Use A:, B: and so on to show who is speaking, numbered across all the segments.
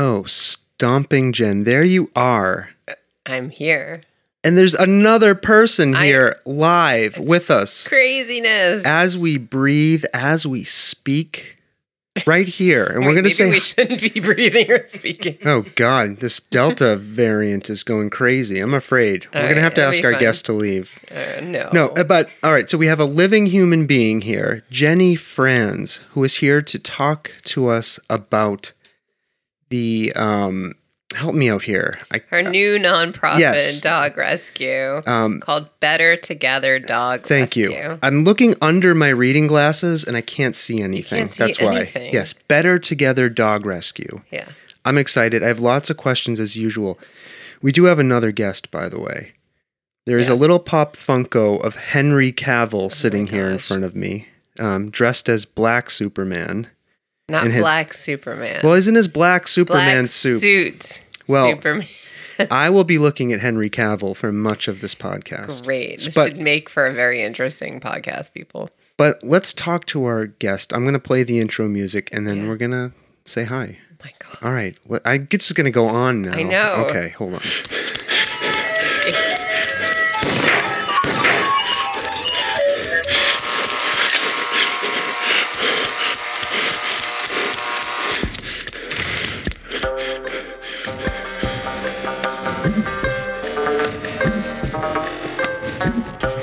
A: Oh, stomping Jen, there you are.
B: I'm here.
A: And there's another person
B: I-
A: here live with us
B: Craziness.
A: as we breathe, as we speak, right here. And we're going to
B: Maybe
A: say,
B: we shouldn't be breathing or speaking.
A: oh God, this Delta variant is going crazy. I'm afraid. we're
B: All
A: going to
B: right,
A: have to
B: it'll
A: ask
B: be
A: our
B: fun.
A: guests to leave.
B: Uh, no.
A: No, uh, but all right. So we have a living human being here, Jenny Franz, who is here to talk to us about the, um, help me out here. I,
B: Her new nonprofit
A: Uh, Yes.
B: dog rescue
A: um,
B: called Better Together Dog
A: Thank
B: Rescue.
A: you. I'm looking under my reading glasses and I can't see anything.
B: see
A: That's why.
B: anything.
A: Yes, Better Together Dog Rescue.
B: Yeah.
A: I'm excited. I have lots of questions as usual. We do have another guest, by the way. There is a
B: Yes. Oh
A: little pop Funko of Henry Cavill sitting here in
B: gosh.
A: front of me, um, dressed as Black Superman.
B: Not
A: And his-
B: Black Superman.
A: Well, isn't his Black Superman
B: Uh, Black
A: suit?
B: suit.
A: Well,
B: Superman.
A: I will be looking at Henry Cavill for much of this podcast.
B: Great. This
A: but-
B: should make for a very interesting podcast, people. Oh
A: But let's talk to our guest. I'm going to play the intro music and then
B: Yeah.
A: we're going to say hi.
B: Oh my God.
A: All right. let- I guess it's going to go on now.
B: I know.
A: Okay, hold on.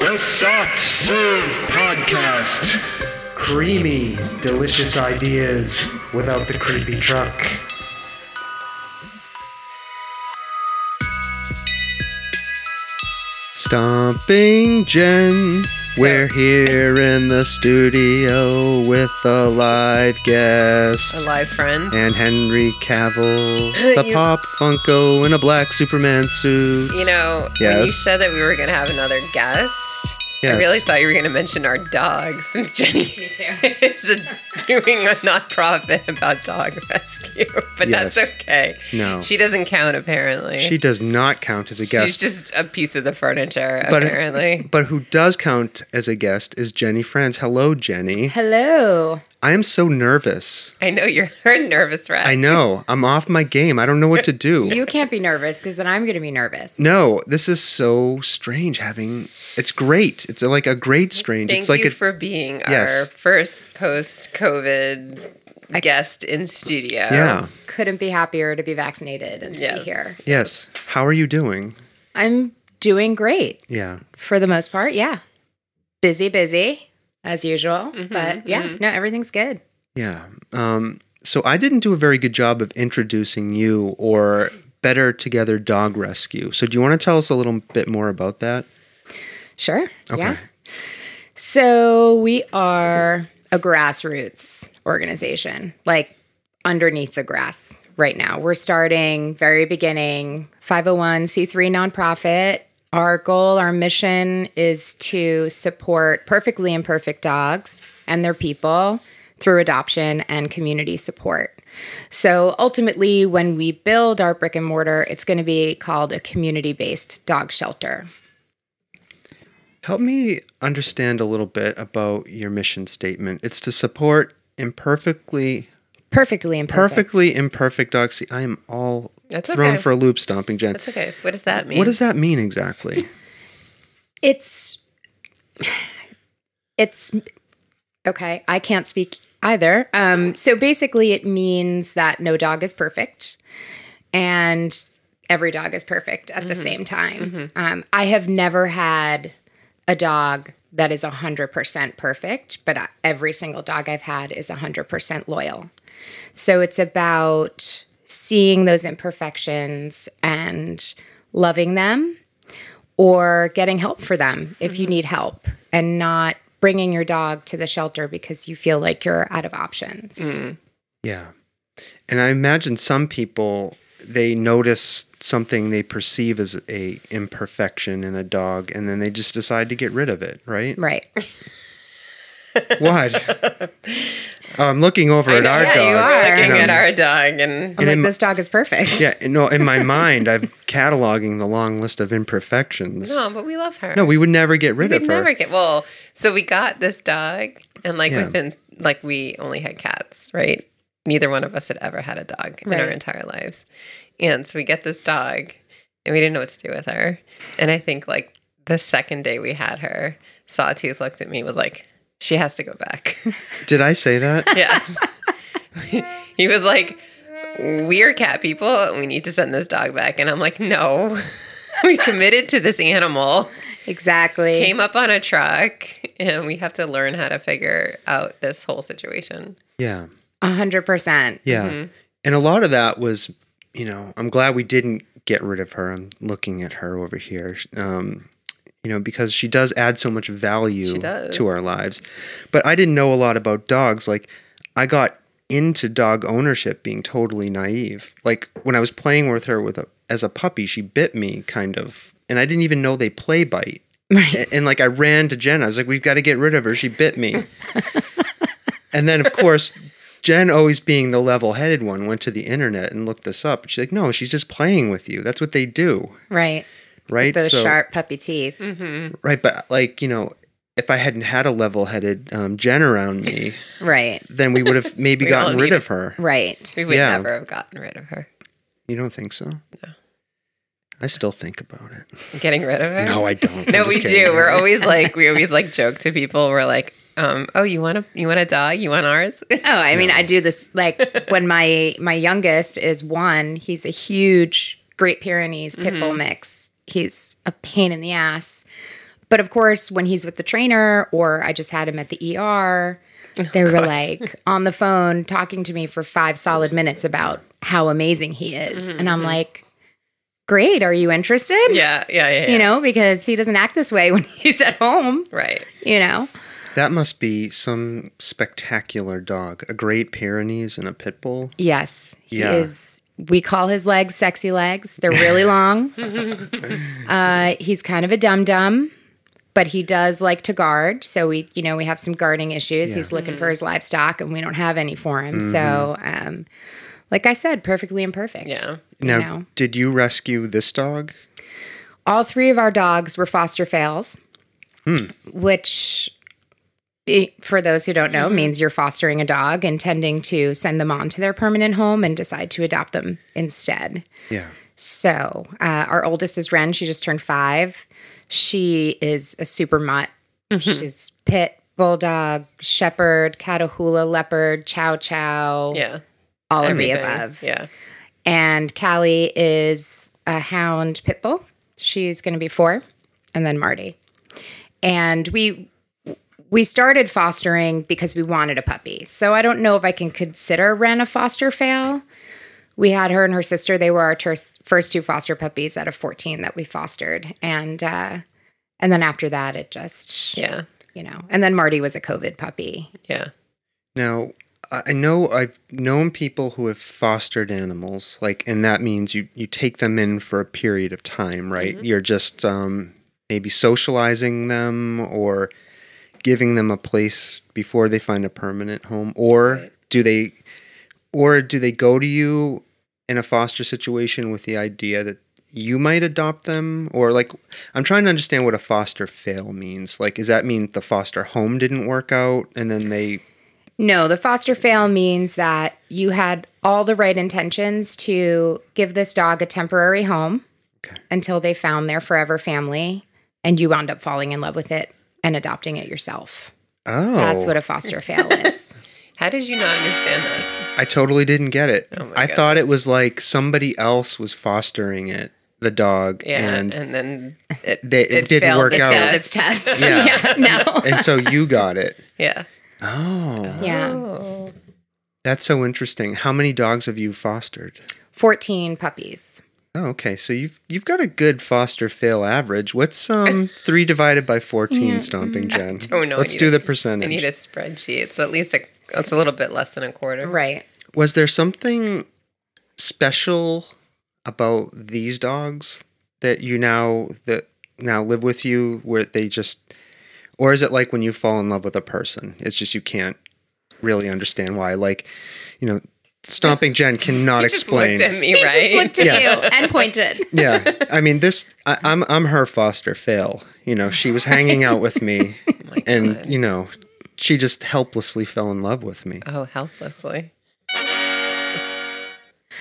C: The Soft Serve Podcast.
D: Creamy, delicious ideas without the creepy truck.
A: Stomping Jen.
B: So-
A: We're here in the studio with a live guest.
B: A live friend.
A: and Henry Cavill, the
B: You-
A: Pop Funko in a black Superman suit.
B: You know, when you
A: Yes.
B: said that we were going to have another guest,
A: Yes.
B: I really thought you were going to mention our dog since Jenny is a- doing a nonprofit about dog rescue. But
A: Yes.
B: that's okay.
A: No.
B: She doesn't count, apparently.
A: she does not count as a
B: She's
A: guest.
B: just a piece of the furniture,
A: But-
B: apparently.
A: but who does count as a guest is Jenny Franz. Hello, Jenny.
E: Hello.
A: I am so nervous.
B: I know you're a nervous wreck.
A: I know. I'm off my game. I don't know what to do.
E: You can't be nervous because then I'm going to be nervous.
A: No, this is so strange having it's great. It's like a great strange.
B: Thank
A: it's like
B: you
A: a
B: for being our
A: Yes.
B: first post COVID guest in studio.
A: Yeah.
E: Couldn't be happier to be vaccinated and to be
B: Yes.
E: here.
A: Yes. How are you doing?
E: I'm doing great
A: Yeah.
E: for the most part. Yeah. Busy, busy as usual. but yeah, no, everything's good.
A: Yeah. Um so I didn't do a very good job of introducing you or Better Together Dog Rescue. So do you want to tell us a little bit more about that?
E: Sure. Yeah. So we are a grassroots organization, like underneath the grass right now. We're starting very beginning 501c3 nonprofit. Our goal, our mission is to support perfectly imperfect dogs and their people through adoption and community support. So ultimately, when we build our brick and mortar, it's going to be called a community based dog shelter.
A: Help me understand a little bit about your mission statement. It's to support imperfectly
E: Perfectly imperfect.
A: perfectly imperfect dogs. See, I am all
B: That's
A: thrown
B: okay.
A: for a loop stomping Jen.
B: That's okay. What does that mean?
A: What does that mean exactly?
E: it's it's okay i can't speak either um so basically it means that no dog is perfect and every dog is perfect at the same time um, i have never had a dog that is 100% perfect but I- every single dog i've had is 100% loyal so it's about seeing those imperfections and loving them or getting help for them if you need help and not bringing your dog to the shelter because you feel like you're out of options.
A: Yeah. And I imagine some people they notice something they perceive as a imperfection in a dog and then they just decide to get rid of it, right?
E: Right.
A: what? Oh, I'm looking over at our
E: yeah,
A: dog. Um,
E: you are.
A: and
B: Looking
A: I'm-
B: at our dog and
E: I'm like,
A: in my-
E: this dog is perfect.
A: Yeah, no, in my mind I'm cataloging the long list of imperfections.
B: no, but we love her.
A: No, we would never get rid
B: we
A: of her.
B: never get well. So we got this dog, and like
A: Yeah.
B: within like we only had cats, right? Neither one of us had ever had a dog in our
E: Right.
B: entire lives, and so we get this dog, and we didn't know what to do with her. And I think like the second day we had her, Sawtooth looked at me was like, "She has to go back."
A: Did I say that?
B: yes, he was like, "We're cat people. We need to send this dog back." And I'm like, "No." We committed to this animal
E: Exactly.
B: came up on a truck and we have to learn how to figure out this whole situation.
A: yeah.
E: A hundred percent.
A: Yeah.
B: Mm-hmm.
A: And a lot of that was, you know, I'm glad we didn't get rid of her. I'm looking at her over here. Um, you know, because she does add so much value
B: She does.
A: to our lives. But I didn't know a lot about dogs. Like I got into dog ownership being totally naive. Like when I was playing with her with a as a puppy, she bit me kind of and I didn't even know they play bite.
E: Right.
A: And, and like I ran to Jen. I was like, we've got to get rid of her. She bit me. and then of course, Jen always being the level headed one went to the internet and looked this up. She's like, no, she's just playing with you. That's what they do.
E: Right.
A: Right.
E: Those sharp puppy teeth.
A: Right. But like, you know, if I hadn't had a level headed um, Jen around me,
E: Right.
A: then we would have maybe
B: We all
A: gotten rid
B: need
A: of her.
E: Right.
B: We would
A: Yeah.
B: never have gotten rid of her.
A: You don't think so? No. I still think about it.
B: Getting rid of her?
A: No, I don't.
B: No,
A: I'm just
B: we
A: kidding.
B: do. We're always like we always like joke to people. We're like, um, oh, you want a you want a dog? You want ours?
E: Oh, I mean, I do this like when my my youngest is one. He's a huge Great Pyrenees pit bull mix. He's a pain in the ass. But of course, when he's with the trainer, or I just had him at the ER, they were like on the phone talking to me for five solid minutes about how amazing he is, and I'm like, "Great, are you interested?"
B: yeah, yeah, yeah, yeah.
E: You know, because he doesn't act this way when he's at home.
B: Right.
E: You know,
A: That must be some spectacular dog. A Great Pyrenees and a pit bull.
E: Yes. He
A: Yeah.
E: is we call his legs sexy legs. They're really long. uh, he's kind of a dum dum, but he does like to guard. So we, you know, we have some guarding issues. He's looking for his livestock and we don't have any for him. So um like I said, perfectly imperfect.
B: Yeah.
A: Now,
E: know.
A: did you rescue this dog?
E: all three of our dogs were foster fails, which, i- for those who don't know, means you're fostering a dog, intending to send them on to their permanent home and decide to adopt them instead.
A: Yeah.
E: So, uh, our oldest is Ren. She just turned five. She is a super mutt. She's pit, bulldog, shepherd, catahoula, leopard, chow chow,
B: Yeah.
E: all
B: Everything.
E: of the above.
B: Yeah.
E: And Callie is a hound pit bull. She's going to be four, and then Marty. And we we started fostering because we wanted a puppy. So I don't know if I can consider Ren a foster fail. We had her and her sister. They were our ter- first two foster puppies out of fourteen that we fostered, and uh, and then after that, it just
B: Yeah.
E: you know. And then Marty was a COVID puppy.
B: Yeah.
A: Now, I I know I've known people who have fostered animals, like, and that means you you take them in for a period of time, right? You're just um, maybe socializing them or giving them a place before they find a permanent home, or do they, or do they go to you in a foster situation with the idea that you might adopt them or like i'm trying to understand what a foster fail means like does that mean the foster home didn't work out and then they
E: No, the foster fail means that you had all the right intentions to give this dog a temporary home
A: Okay.
E: until they found their forever family and you wound up falling in love with it and adopting it yourself.
A: Oh,
E: That's what a foster fail is.
B: How did you not understand that?
A: I totally didn't get it.
B: Oh my
A: I
B: God.
A: thought it was like somebody else was fostering it, the dog,
B: Yeah. And,
A: and
B: then it,
A: They- it
B: it
A: didn't
B: failed
A: work
B: the
A: out.
E: Failed
B: test.
E: its test.
A: Yeah.
E: Yeah. no.
A: and so you got it.
B: Yeah.
A: Oh,
E: Yeah.
B: Oh.
A: that's so interesting. How many dogs have you fostered?
E: 14 puppies.
A: Oh, okay. So you've you've got a good foster fail average. What's um three divided by fourteen stomping Jen?
B: don't know. mm, I
A: Let's
B: Oh, need
A: do
B: a-
A: the
B: I need
A: percentage.
B: a spreadsheet. It's at least a, it's a little bit less than a quarter.
E: Right.
A: Was there something special about these dogs that you now that now live with you where they just or is it like when you fall in love with a person? It's just you can't really understand why. Like, you know, stomping Jen cannot
B: He just
A: explain.
B: looked at me,
E: He
B: right?
E: just looked at you and pointed.
A: yeah i mean this I, i'm i'm her foster fail you know she was hanging out with me
B: Oh
A: and you know she just helplessly fell in love with me
B: oh, helplessly.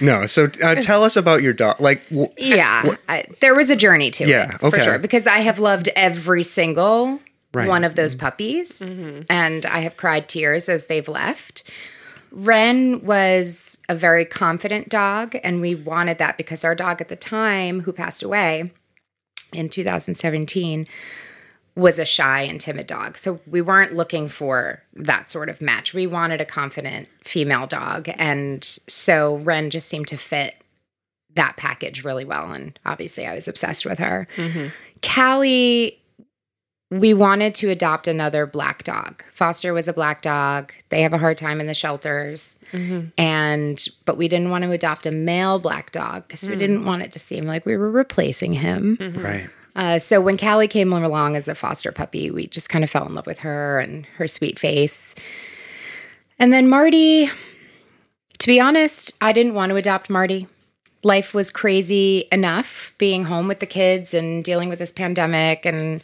A: no so uh, tell us about your dog like w-
E: Yeah, I, there was a journey to
A: Yeah,
E: it for
A: okay.
E: sure because I have loved every single
A: Right. Mm-hmm.
E: one of those puppies, and I have cried tears as they've left. Ren was a very confident dog, and we wanted that because our dog at the time, who passed away in 2017, was a shy and timid dog. So we weren't looking for that sort of match. We wanted a confident female dog. And so Ren just seemed to fit that package really well. And obviously, I was obsessed with her. Callie, we wanted to adopt another black dog. Foster was a black dog. They have a hard time in the shelters. And, but we didn't want to adopt a male black dog because we didn't want it to seem like we were replacing him.
B: Mm-hmm.
A: right
E: Uh, so when Callie came along as a foster puppy, we just kind of fell in love with her and her sweet face. And then Marty, to be honest, I didn't want to adopt Marty. Life was crazy enough being home with the kids and dealing with this pandemic and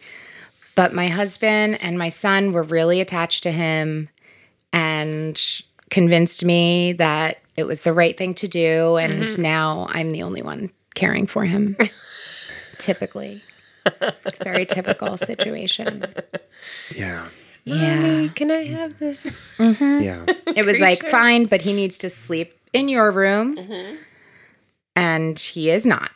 E: but my husband and my son were really attached to him and convinced me that it was the right thing to do and now I'm the only one caring for him. Typically. It's a very typical situation.
A: yeah
E: Yeah.
B: Can I have this?
A: yeah
E: It was like, fine, but he needs to sleep in your room.
B: Mm-hmm.
E: And he is not.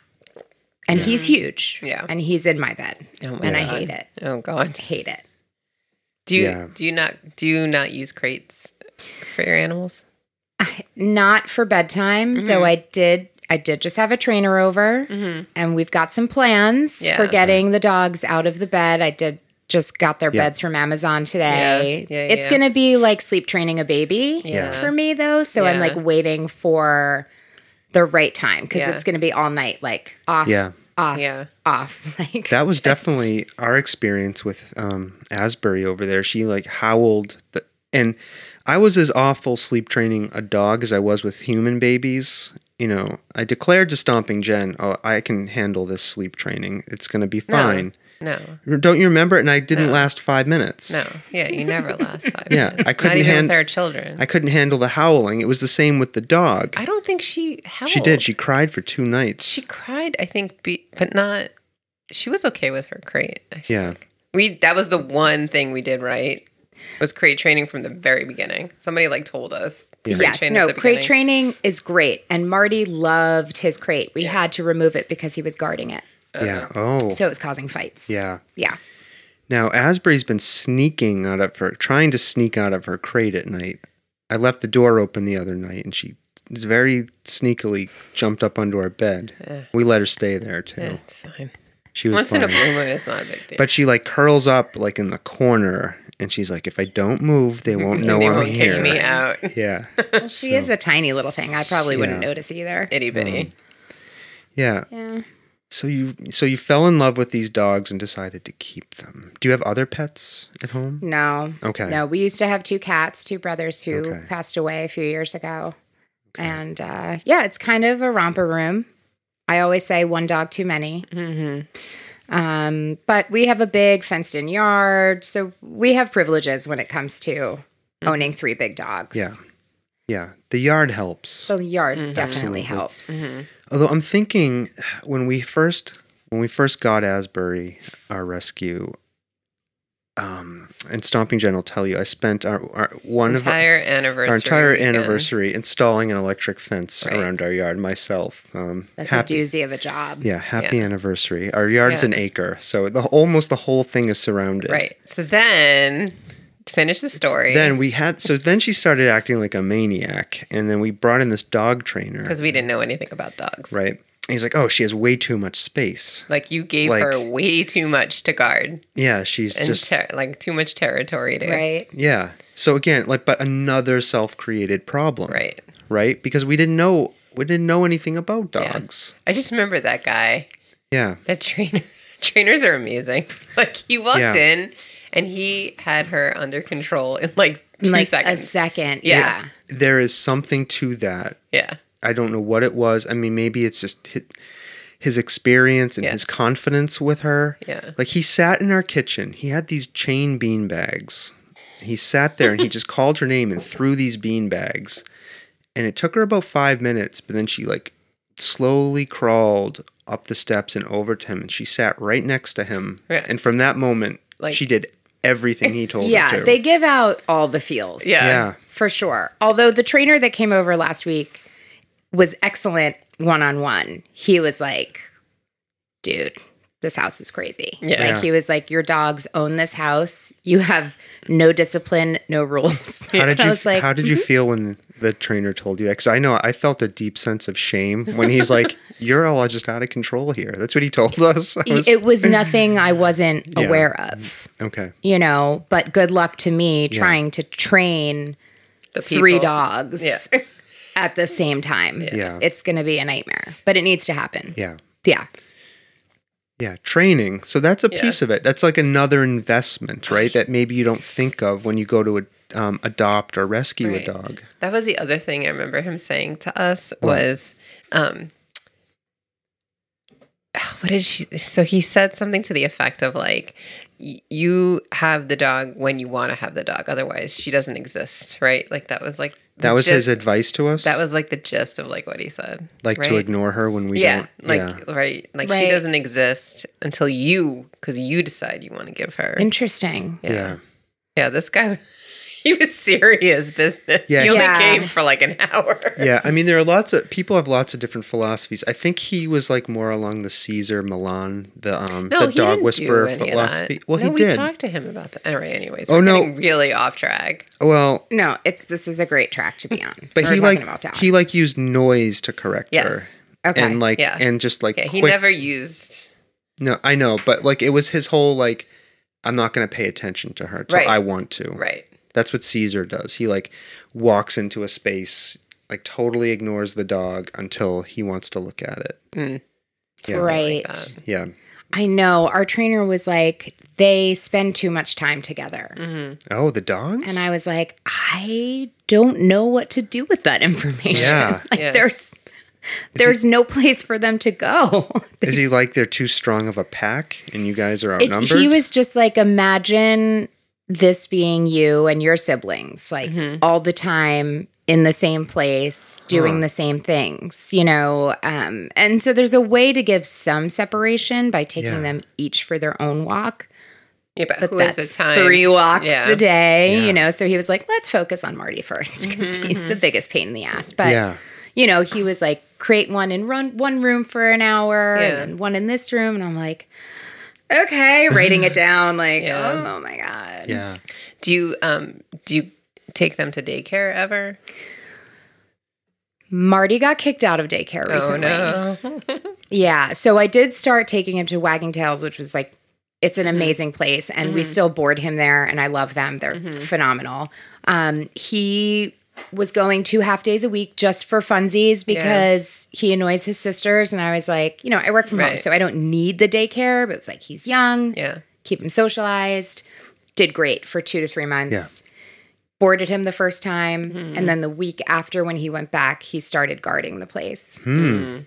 E: And he's huge.
B: Yeah.
E: And he's in my bed.
B: Oh my
E: and I hate it.
B: Oh God.
E: Hate it.
B: Do you
A: Yeah.
B: do you not do you not use crates for your animals?
E: Not for bedtime, though
B: Mm-hmm.
E: I did I did just have a trainer over and we've got some plans
B: Yeah.
E: for getting the dogs out of the bed. I did just got their beds from Amazon today.
B: Yeah, yeah,
E: it's
B: yeah.
E: gonna be like sleep training a baby.
B: Yeah.
E: for me though. So I'm
B: Yeah.
E: like waiting for the right time because
B: Yeah.
E: it's going to be all night, like off,
A: Yeah.
E: off,
B: Yeah.
E: off. Like
A: that was definitely our experience with um asbury over there she like howled the, and i was as awful sleep training a dog as i was with human babies you know i declared to stomping jen oh i can handle this sleep training it's gonna be fine
B: No.
A: Don't you remember? it? And I didn't last five minutes.
B: No. Yeah, you never last five
A: Yeah,
B: minutes.
A: I couldn't
B: not even
A: hand-
B: with our children.
A: I couldn't handle the howling. It was the same with the dog.
B: I, don't think she howled.
A: she did. She cried for two nights.
B: she cried, I think, be, but not she was okay with her crate. I feel
A: yeah.
B: like. We that was the one thing we did right. Was crate training from the very beginning. Somebody like told us. Crate
E: yes,
B: train at
E: no,
B: the
E: crate
B: beginning.
E: training is great. And Marty loved his crate. We had to remove it because he was guarding it.
A: yeah.
B: Uh,
A: Oh.
E: So it was causing fights.
A: yeah.
E: Yeah.
A: Now Asbury's been sneaking out of her, trying to sneak out of her crate at night. I left the door open the other night, and she very sneakily jumped up onto our bed. We let her stay there too.
B: Yeah, it's fine.
A: She was
B: Eh. Once
A: fine.
B: in a blue moon, it's not a big deal.
A: but she like curls up like in the corner, and she's like, "If I don't move, they won't know
B: they
A: I'm
B: won't
A: here."
B: take me out,
A: Yeah.
E: Well, she is a tiny little thing. I probably wouldn't
A: Yeah.
E: notice either.
B: itty bitty.
A: Yeah.
E: yeah.
A: So you so you fell in love with these dogs and decided to keep them. Do you have other pets at home?
E: No.
A: Okay.
E: No, we used to have two cats, two brothers who
A: Okay.
E: passed away a few years ago. And uh, yeah, it's kind of a romper room. I always say one dog too many.
A: Mm-hmm.
E: Um, but we have a big fenced in yard. So we have privileges when it comes to
B: Mm-hmm.
E: owning three big dogs.
A: Yeah. Yeah. The yard helps.
E: The yard
B: Mm-hmm.
E: definitely helps.
A: Although I'm thinking when we first when we first got Asbury our rescue um and Stomping Jen will tell you I spent our, our one of our,
B: Entire anniversary.
A: our entire
B: weekend.
A: anniversary installing an electric fence
B: Right.
A: around our yard myself. Um
E: That's
A: happy-
E: a doozy of a job.
A: yeah, happy anniversary. Our yard's
B: Yeah.
A: an acre, so the almost the whole thing is surrounded.
B: Right. So then, to finish the story,
A: then we had so then she started acting like a maniac and then we brought in this dog trainer
B: because we didn't know anything about dogs.
A: right he's like, oh, she has way too much space.
B: Like you gave
A: Like-
B: her way too much to guard
A: Yeah, she's
B: and
A: just
B: ter- like too much territory to
E: right?
A: yeah. So again, like, but another self-created problem,
B: right.
A: Right, because we didn't know we didn't know anything about
B: Yeah.
A: dogs.
B: I just remember that guy.
A: Yeah,
B: The trainer trainers are amazing. Like he walked
A: Yeah.
B: in and he had her under control in like two
E: In like
B: seconds.
E: a second.
B: Yeah.
E: yeah.
A: there is something to that.
B: yeah.
A: I don't know what it was. I mean, maybe it's just his, his experience and
B: Yeah.
A: his confidence with her.
B: Yeah.
A: Like he sat in our kitchen. He had these chain bean bags. He sat there and he just called her name and threw these bean bags. And it took her about five minutes, but then she like slowly crawled up the steps and over to him and she sat right next to him.
B: Yeah.
A: And from that moment,
B: Like-
A: she did everything he told her
E: Yeah,
A: to.
E: they give out all the feels.
B: Yeah.
A: yeah.
E: For sure. Although the trainer that came over last week was excellent one on one. He was like, dude, this house is crazy.
B: Yeah.
E: Like he was like, your dogs own this house. You have no discipline, no rules.
A: How did
E: I
A: you
E: was like,
A: How did
B: "Mm-hmm."
A: you feel when the trainer told you that? Because I know I felt a deep sense of shame when he's like, "You're all just out of control here." That's what he told us. I was-
E: it was nothing I wasn't
A: Yeah.
E: aware of,
A: okay,
E: you know, but good luck to me trying to train
B: The
E: three
B: people.
E: dogs
B: Yeah.
E: at the same time.
A: Yeah.
E: It's going to be a nightmare, but it needs to happen.
A: yeah,
E: yeah.
A: yeah. Training. So that's a
B: Yeah.
A: piece of it. That's like another investment, right? That maybe you don't think of when you go to um, adopt or rescue
B: Right.
A: a dog.
B: That was the other thing I remember him saying to us was, um, oh, what did she? So he said something to the effect of like, y- you have the dog when you want to have the dog. Otherwise, she doesn't exist, right? Like that was like the
A: That was his
B: gist-
A: advice to us.
B: That was like the gist of like what he said.
A: like to
B: right?
A: ignore her when we
B: yeah,
A: don't.
B: like
A: yeah.
B: right, like she
E: Right.
B: doesn't exist until you, because you decide you want to give her.
E: Interesting.
A: yeah,
B: Yeah, this guy, he was serious business.
A: Yeah.
B: He only
E: Yeah.
B: came for like an hour.
A: Yeah, I mean, there are lots of people have lots of different philosophies. I think he was like more along the Caesar Milan, the um,
B: No,
A: the
B: he
A: dog
B: didn't
A: whisperer
B: do any of
A: philosophy.
B: that.
A: Well,
B: no,
A: he did.
B: We talked to him about that. All right, anyways.
A: Oh,
B: we're
A: no.
B: getting really off track.
A: well,
E: No, it's this is a great track to be on.
A: but
E: We're
A: he
E: talking
A: like
E: about dogs.
A: he like used noise to correct
B: Yes.
A: her,
E: Okay.
A: and like
B: Yeah.
A: and just like
B: Yeah, he
A: quick-
B: never used.
A: No, I know, but like it was his whole like, I'm not going to pay attention to her till
B: Right.
A: I want to.
B: Right.
A: That's what Caesar does. He like walks into a space, like totally ignores the dog until he wants to look at it. Yeah.
E: right.
B: that.
A: Yeah.
E: I know. Our trainer was like, they spend too much time together.
B: Mm.
A: Oh, the dogs.
E: And I was like, I don't know what to do with that information.
A: Yeah.
E: like
B: Yeah.
E: there's there's no place for them to go.
A: Is he like they're too strong of a pack and you guys are
E: It-
A: outnumbered?
E: he was just like, imagine this being you and your siblings, like
B: Mm-hmm.
E: all the time in the same place, doing the same things, you know? Um, and so there's a way to give some separation by taking
A: Yeah.
E: them each for their own walk.
B: Yeah, but,
E: But
B: who has
E: that's
B: the time?
E: three walks
B: Yeah.
E: a day,
A: Yeah.
E: you know? So he was like, let's focus on Marty first because
B: Mm-hmm.
E: he's the biggest pain in the ass. But
A: yeah.
E: you know, he was like, create one and run one room for an hour
B: Yeah.
E: and then one in this room. And I'm like, okay, writing it down, like,
B: Yeah.
E: oh my God.
A: Yeah.
B: Do you um do you take them to daycare ever?
E: Marty got kicked out of daycare recently.
B: Oh no.
E: Yeah. So I did start taking him to Wagging Tails, which was like, it's
B: Mm-hmm.
E: an amazing place. And we still board him there. And I love them. They're
B: Mm-hmm.
E: phenomenal. Um, he was going two half days a week just for funsies because he annoys his sisters. And I was like, you know, I work from home,
B: Right.
E: so I don't need the daycare. But it was like, he's young.
B: Yeah.
E: keep him socialized. Did great for two to three months. Boarded him the first time.
B: Mm-hmm.
E: And then the week after when he went back, he started guarding the place.
A: Hmm.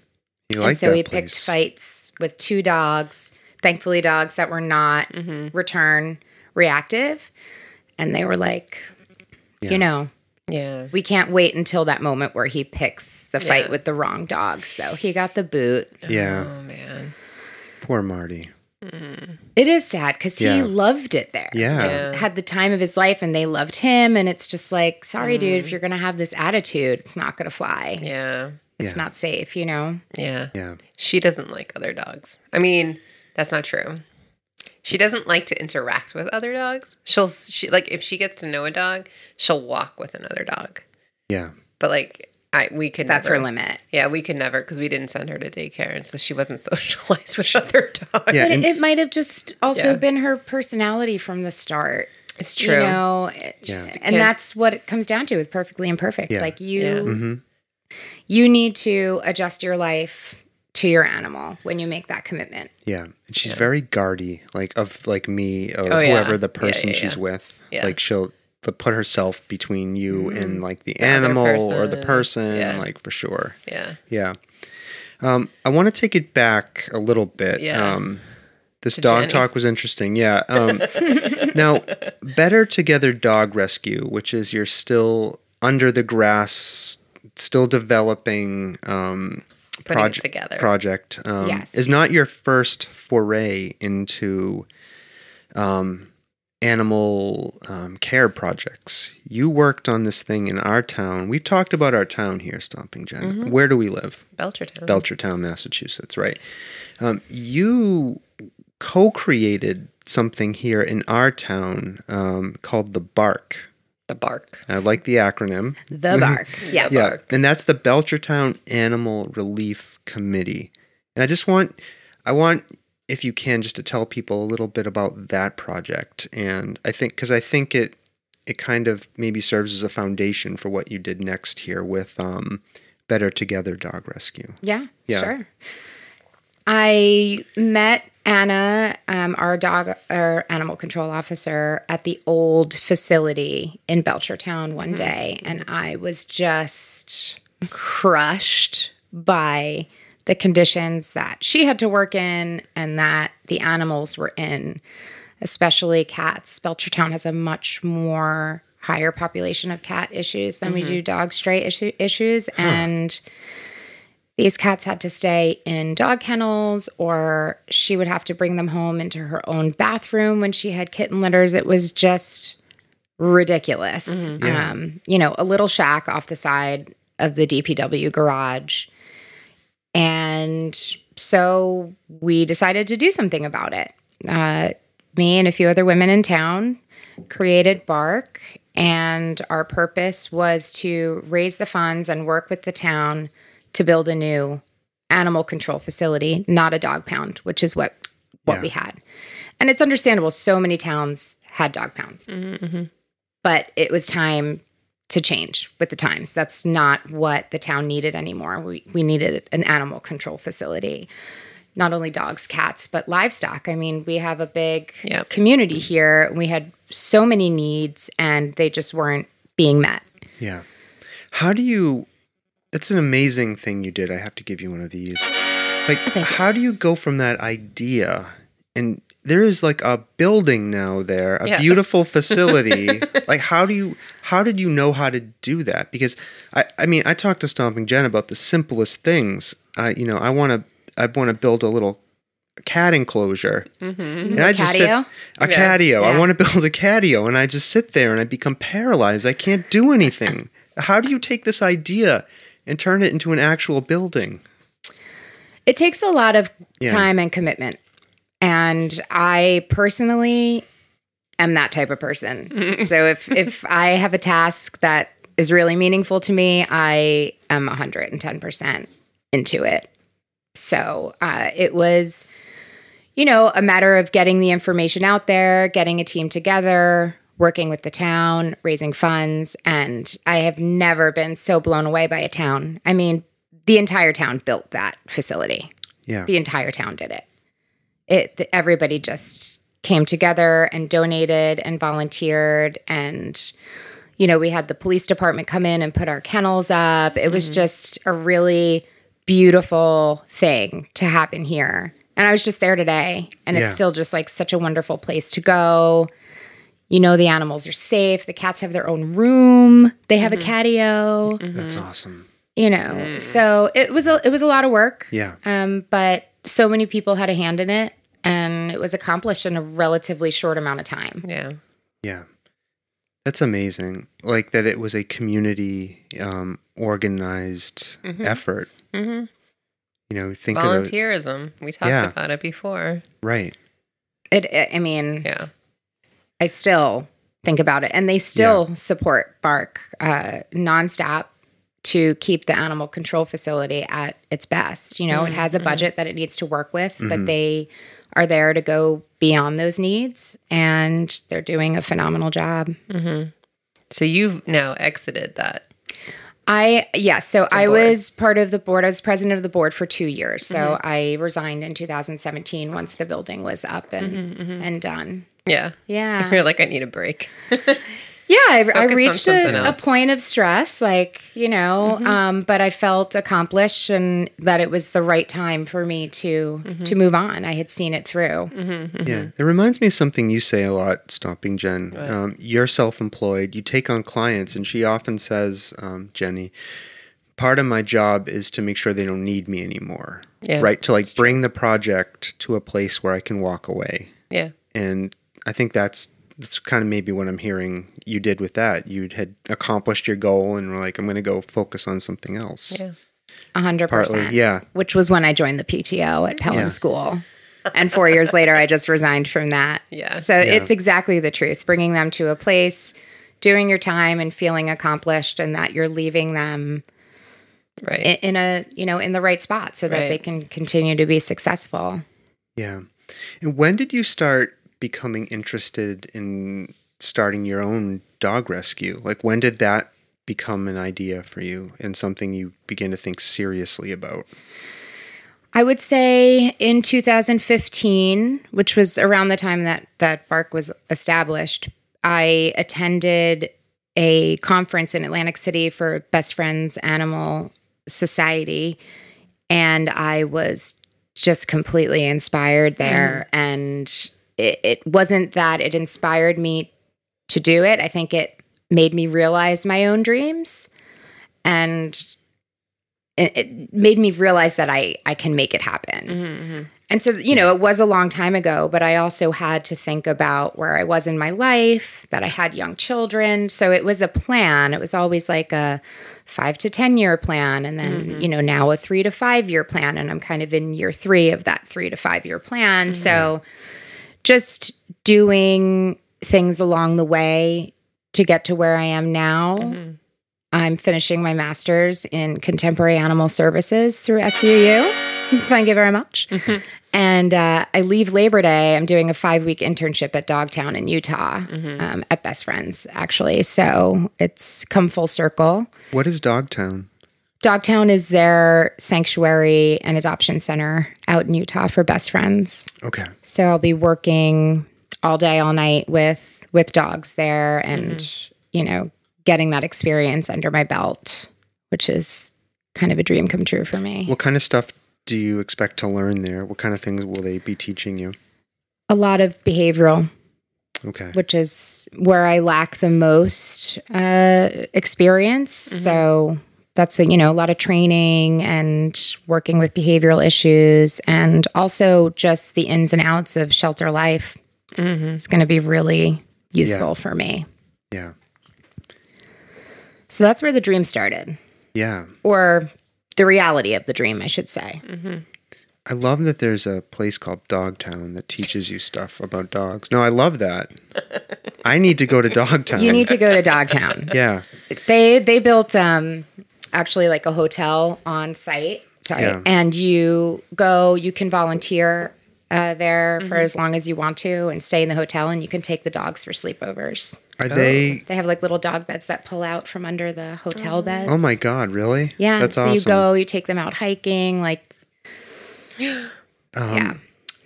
A: You
E: and
A: like
E: so
A: that
E: he
A: place.
E: picked fights with two dogs, thankfully, dogs that were not
B: Mm-hmm.
E: return reactive. And they were like, you know,
B: Yeah.
E: we can't wait until that moment where he picks the fight
B: Yeah.
E: with the wrong dog. So he got the boot.
A: Yeah.
B: Oh man.
A: Poor Marty.
E: It is sad because he
A: Yeah.
E: loved it there.
A: Yeah.
B: Yeah.
E: had the time of his life and they loved him and it's just like sorry dude if you're gonna have this attitude it's not gonna fly
B: Mm-hmm. Yeah.
E: it's not safe you know
B: Yeah.
A: Yeah.
B: She doesn't like other dogs. I mean, that's not true. She doesn't like to interact with other dogs. She'll she like if she gets to know a dog, she'll walk with another dog.
A: Yeah.
B: But like I we could
E: That's her
B: never-
E: limit.
B: Yeah, we could never because we didn't send her to daycare, and so she wasn't socialized with other dogs.
A: Yeah,
E: But
A: and-
E: it, it might have just also
B: Yeah.
E: been her personality from the start.
B: it's true.
E: You know, it-
A: Yeah.
E: and
B: kid.
E: that's what it comes down to is perfectly imperfect.
A: Yeah. Mm-hmm.
E: Like you
B: Yeah.
E: you need to adjust your life to your animal when you make that commitment.
A: Yeah, and she's very guardy, like of like me or
B: Oh, yeah.
A: whoever the
B: Yeah, yeah,
A: person she's
B: yeah.
A: with.
B: Yeah.
A: Like she'll to put herself between you and like the,
B: other
A: animal or the
B: person.
A: person,
B: Yeah.
A: like for sure.
B: Yeah.
A: Yeah. Um, I want to take it back a little bit.
B: Yeah.
A: Um, this
B: To
A: dog
B: Jenny.
A: talk was interesting. Yeah. Um, now, Better Together Dog Rescue, which is you're still under the grass, still developing um,
B: Putting it
A: proje-
B: together.
A: project. Um,
E: Yes.
A: Is not your first foray into um, animal um, care projects. You worked on this thing in our town. We've talked about our town here, Stomping Jen.
B: Mm-hmm.
A: Where do we live?
B: Belchertown.
A: Belchertown, Massachusetts, right? Um, you co created something here in our town um, called The Bark.
B: the bark.
A: I like the acronym.
E: The bark. yes.
A: Yeah, and that's the Belchertown Animal Relief Committee. And I just want, I want, if you can, just to tell people a little bit about that project. And I think, because I think it, it kind of maybe serves as a foundation for what you did next here with um, Better Together Dog Rescue.
E: Yeah,
A: Yeah.
E: sure. I met Anna, um, our dog our animal control officer, at the old facility in Belchertown one day, and I was just crushed by the conditions that she had to work in and that the animals were in, especially cats. Belchertown has a much more higher population of cat issues than we do dog stray issue, issues, and these cats had to stay in dog kennels or she would have to bring them home into her own bathroom when she had kitten litters it was just ridiculous um, you know a little shack off the side of the dpw garage and so we decided to do something about it uh, me and a few other women in town created bark and our purpose was to raise the funds and work with the town to build a new animal control facility, not a dog pound, which is what what
A: Yeah.
E: we had. And it's understandable so many towns had dog pounds. But it was time to change with the times. That's not what the town needed anymore. We we needed an animal control facility. Not only dogs, cats, but livestock. I mean, we have a big
B: Yep.
E: community here. and We had so many needs and they just weren't being met.
A: Yeah. How do you? That's an amazing thing you did. I have to give you one of these. Like, how do you go from that idea and there is like a building now there, a
B: Yeah.
A: beautiful facility. like, how do you? How did you know how to do that? Because I, I mean, I talked to Stomping Jen about the simplest things. I, you know, I want to, I want to build a little cat enclosure.
B: Mm-hmm.
A: And I just sit,
E: catio?
A: a
B: Yeah.
A: catio. I
E: Mm-hmm. Yeah.
A: want to build a catio, and I just sit there and I become paralyzed. I can't do anything. How do you take this idea and turn it into an actual building?
E: It takes a lot of
A: Yeah.
E: time and commitment. And I personally am that type of person. so if if I have a task that is really meaningful to me, I am 110% into it. So, uh, it was you know, a matter of getting the information out there, getting a team together, working with the town, raising funds. And I have never been so blown away by a town. I mean, the entire town built that facility,
A: Yeah,
E: the entire town did it. It th- everybody just came together and donated and volunteered and you know, we had the police department come in and put our kennels up. It was just a really beautiful thing to happen here. And I was just there today and
A: Yeah.
E: it's still just like such a wonderful place to go. You know, the animals are safe. The cats have their own room. They have a catio
A: that's awesome.
E: you know so it was a it was a lot of work
A: Yeah.
E: um but so many people had a hand in it and it was accomplished in a relatively short amount of time
B: Yeah.
A: Yeah, that's amazing. Like that, it was a community um, organized effort.
B: hmm
A: You know, think of
B: Volunteerism. We talked
A: Yeah.
B: about it before.
A: it, right.
E: it i- i mean
B: Yeah.
E: i still think about it and they still support bark uh nonstop to keep the animal control facility at its best. You know, it has a budget that it needs to work with, but they are there to go beyond those needs and they're doing a phenomenal job.
B: So you've now exited that.
E: I yeah, so I
B: board.
E: was part of the board. I was president of the board for two years. So
B: Mm-hmm.
E: I resigned in 2017 once the building was up and
B: Mm-hmm,
E: and done.
B: Yeah.
E: Yeah,
B: You're like, I need a break.
E: yeah. I, I
B: on
E: reached
B: something
E: a, a
B: else. Mm-hmm.
E: point of stress, like you know, um, but I felt accomplished and that it was the right time for me to
B: Mm-hmm.
E: to move on. I had seen it through.
A: Yeah, it reminds me of something you say a lot, Stomping Jen. Um, you're self employed, you take on clients, and she often says, um, Jenny, part of my job is to make sure they don't need me anymore.
B: Yeah,
A: right? To like bring the project to a place where I can walk away.
B: Yeah.
A: And I think that's that's kind of maybe what I'm hearing you did with that. You had accomplished your goal and were like, I'm going to go focus on something else.
B: Yeah.
E: A hundred
A: Partly,
E: percent.
A: yeah.
E: Which was when I joined the PTO at Pelham
A: Yeah.
E: School. And four years later, I just resigned from that.
B: Yeah.
E: So it's exactly the truth bringing them to a place, doing your time and feeling accomplished, and that you're leaving them
B: Right.
E: i- in a, you know, in the right spot so that
B: Eh. Right.
E: they can continue to be successful.
A: Yeah. And when did you start becoming interested in starting your own dog rescue? Like when did that become an idea for you and something you began to think seriously about?
E: I would say in 2015, which was around the time that that Bark was established, I attended a conference in Atlantic City for Best Friends Animal Society, and I was just completely inspired there. And it, it wasn't that it inspired me to do it. I think it made me realize my own dreams and it, it made me realize that I I can make it happen.
B: Mm-hmm,
E: And so you know, it was a long time ago, but I also had to think about where I was in my life, that I had young children, so it was a plan. It was always like a 5 to 10 year plan and then, you know, now a 3 to 5 year plan and I'm kind of in year 3 of that 3 to 5 year plan. So just doing things along the way to get to where I am now. I'm finishing my master's in contemporary animal services through SUU. Thank you very much. And uh, I leave Labor Day. I'm doing a five week internship at Dogtown in Utah um, at Best Friends, actually. So it's come full circle.
A: What is Dogtown?
E: Dogtown is their sanctuary and adoption center out in Utah for Best Friends.
A: Okay.
E: So I'll be working all day, all night with with dogs there, and you know, getting that experience under my belt, which is kind of a dream come true for me.
A: What kind of stuff do you expect to learn there? What kind of things will they be teaching you?
E: A lot of behavioral,
A: Okay.
E: which is where I lack the most uh, experience. So that's a, you know a lot of training and working with behavioral issues, and also just the ins and outs of shelter life. It's going to be really useful for me.
A: Yeah.
E: So that's where the dream started,
A: Yeah.
E: or the reality of the dream, I should say.
A: I love that there's a place called Dogtown that teaches you stuff about dogs. No, I love that. I need to go to Dogtown.
E: You need to go to Dogtown.
A: Yeah.
E: they they built um actually like a hotel on site. Sorry,
A: Yeah.
E: and you go, you can volunteer uh, there for as long as you want to, and stay in the hotel, and you can take the dogs for sleepovers.
A: Are they
E: They have like little dog beds that pull out from under the hotel beds.
A: Oh my god, really?
E: Yeah,
A: That's
E: so
A: awesome.
E: you go, you take them out hiking, like yeah.